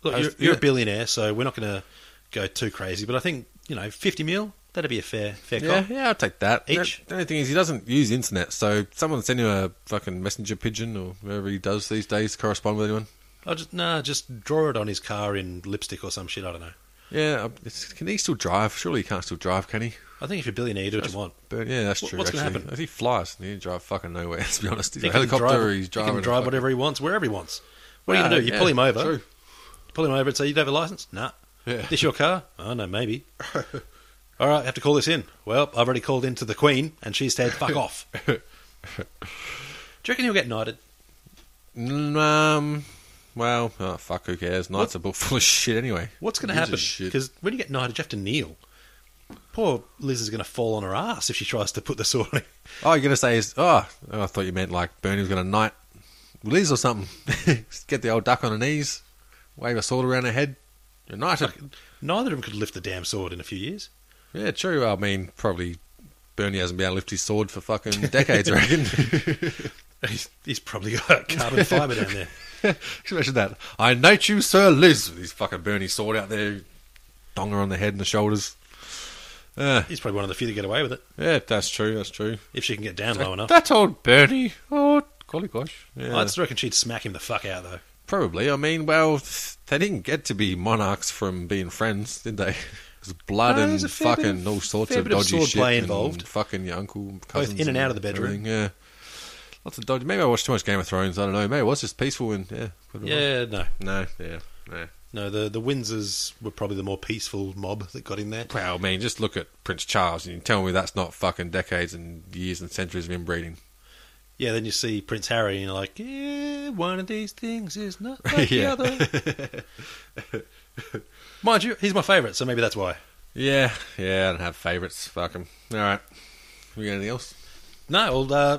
Speaker 2: look,
Speaker 3: I was-
Speaker 2: you're, you're
Speaker 3: yeah.
Speaker 2: a billionaire, so we're not going to go too crazy, but I think you know, fifty mil, that'd be a fair fair
Speaker 3: Yeah,
Speaker 2: cop.
Speaker 3: yeah, I'll take that.
Speaker 2: Each?
Speaker 3: The only thing is, he doesn't use internet, so someone send him a fucking messenger pigeon or whatever he does these days. Correspond with anyone?
Speaker 2: I'll just nah, just draw it on his car in lipstick or some shit. I don't know.
Speaker 3: Yeah, um, it's, can he still drive? Surely he can't still drive, can he?
Speaker 2: I think if you're a billionaire, you do what you want.
Speaker 3: But yeah, that's
Speaker 2: Wh-
Speaker 3: true.
Speaker 2: what's gonna
Speaker 3: actually.
Speaker 2: happen?
Speaker 3: If He flies and he can drive fucking nowhere. Let's be honest. He's
Speaker 2: He
Speaker 3: a
Speaker 2: can
Speaker 3: helicopter.
Speaker 2: drive-
Speaker 3: he's
Speaker 2: he
Speaker 3: driving.
Speaker 2: can
Speaker 3: a
Speaker 2: drive
Speaker 3: fucking-
Speaker 2: whatever he wants, wherever he wants. What are you going to do? You
Speaker 3: Yeah,
Speaker 2: pull him over.
Speaker 3: true.
Speaker 2: pull him over and say, "You'd have a license?" Nah.
Speaker 3: Yeah.
Speaker 2: This your car? Oh no, maybe. All right, I have to call this in. Well, I've already called in to the Queen, and she said, "Fuck off." Do you reckon he'll get knighted?
Speaker 3: Mm, Um. Well, oh, fuck. Who cares? Knights are book full of shit anyway.
Speaker 2: What's going to
Speaker 3: Gives a
Speaker 2: happen?
Speaker 3: shit.
Speaker 2: Because when you get knighted, you have to kneel. Poor Liz is going to fall on her ass if she tries to put the sword on him.
Speaker 3: Oh, you're gonna say is oh, oh, I thought you meant like Bernie was gonna knight Liz or something. Get the old duck on her knees, wave a sword around her head. You're knighted.
Speaker 2: Neither of them could lift the damn sword in a few years.
Speaker 3: Yeah, true. I mean, probably Bernie hasn't been able to lift his sword for fucking decades, I reckon.
Speaker 2: He's, he's probably got carbon fibre down there.
Speaker 3: Just imagine that. I note you, Sir Liz, with his fucking Bernie sword out there, donger on the head and the shoulders. Uh,
Speaker 2: He's probably one of the few that get away with it
Speaker 3: yeah, that's true. That's true.
Speaker 2: if she can get down low enough.
Speaker 3: That old Bernie. Oh, golly gosh. Yeah,
Speaker 2: I just reckon she'd smack him the fuck out though.
Speaker 3: probably. I mean, well, they didn't get to be monarchs from being friends, did they? There's blood
Speaker 2: No, there's a
Speaker 3: and
Speaker 2: fair bit
Speaker 3: fucking
Speaker 2: of-
Speaker 3: all sorts
Speaker 2: fair
Speaker 3: of
Speaker 2: bit of
Speaker 3: dodgy
Speaker 2: sword
Speaker 3: shit
Speaker 2: play
Speaker 3: and
Speaker 2: involved.
Speaker 3: Fucking your uncle, cousins,
Speaker 2: in and out of the bedroom.
Speaker 3: everything, Yeah, lots of dodgy. Maybe I watched too much Game of Thrones. I don't know. Maybe it was just peaceful and yeah. could've been.
Speaker 2: Yeah, no,
Speaker 3: No. Yeah. No.
Speaker 2: No, the the Windsors were probably the more peaceful mob that got in there.
Speaker 3: Well, I mean, just look at Prince Charles and you tell me that's not fucking decades and years and centuries of inbreeding.
Speaker 2: Yeah, then you see Prince Harry and you're like, yeah, one of these things is not like
Speaker 3: Yeah.
Speaker 2: the other. Mind you, he's my favourite, so maybe that's why.
Speaker 3: Yeah, yeah, I don't have favourites. Fuck them. All right. We got anything else?
Speaker 2: No, well, uh,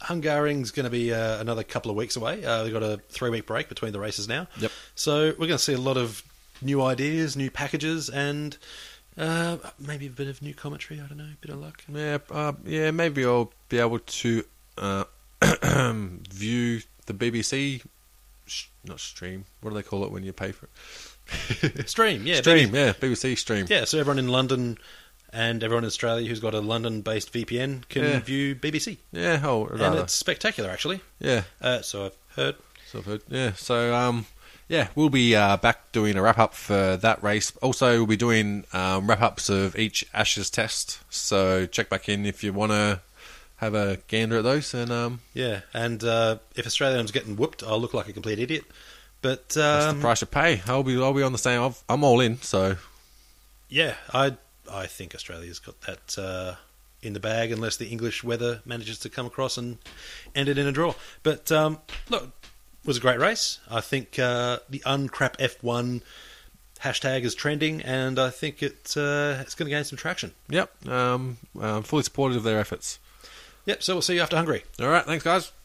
Speaker 2: Hungaring's going to be uh, another couple of weeks away. Uh, they've got a three week break between the races now.
Speaker 3: Yep.
Speaker 2: So we're going to see a lot of new ideas, new packages, and uh, maybe a bit of new commentary. I don't know, bit of luck.
Speaker 3: Yeah, uh, yeah, maybe I'll be able to uh, view the BBC, sh- not stream. What do they call it when you pay for it?
Speaker 2: Stream, yeah.
Speaker 3: stream,
Speaker 2: maybe-
Speaker 3: yeah, BBC stream.
Speaker 2: Yeah, so everyone in London and everyone in Australia who's got a London based VPN can
Speaker 3: Yeah.
Speaker 2: view BBC.
Speaker 3: yeah, oh,
Speaker 2: And
Speaker 3: rather.
Speaker 2: it's spectacular, actually.
Speaker 3: yeah,
Speaker 2: Uh, so I've heard.
Speaker 3: so I've heard. yeah. So, um, yeah, we'll be uh, back doing a wrap up for that race. Also, we'll be doing um, wrap ups of each Ashes test. So check back in if you want to have a gander at those. And um,
Speaker 2: Yeah, and uh, if Australians getting whooped, I'll look like a complete idiot. But
Speaker 3: that's
Speaker 2: um,
Speaker 3: the price you pay. I'll be, I'll be on the same. I've, I'm all in. So
Speaker 2: yeah, I I think Australia's got that uh, in the bag, unless the English weather manages to come across and end it in a draw. But um, look, it was a great race. I think uh, the uncrap F1 hashtag is trending, and I think it uh, it's going to gain some traction.
Speaker 3: Yep. Um, um, fully supportive of their efforts.
Speaker 2: Yep. So we'll see you after Hungary.
Speaker 3: All right. Thanks, guys.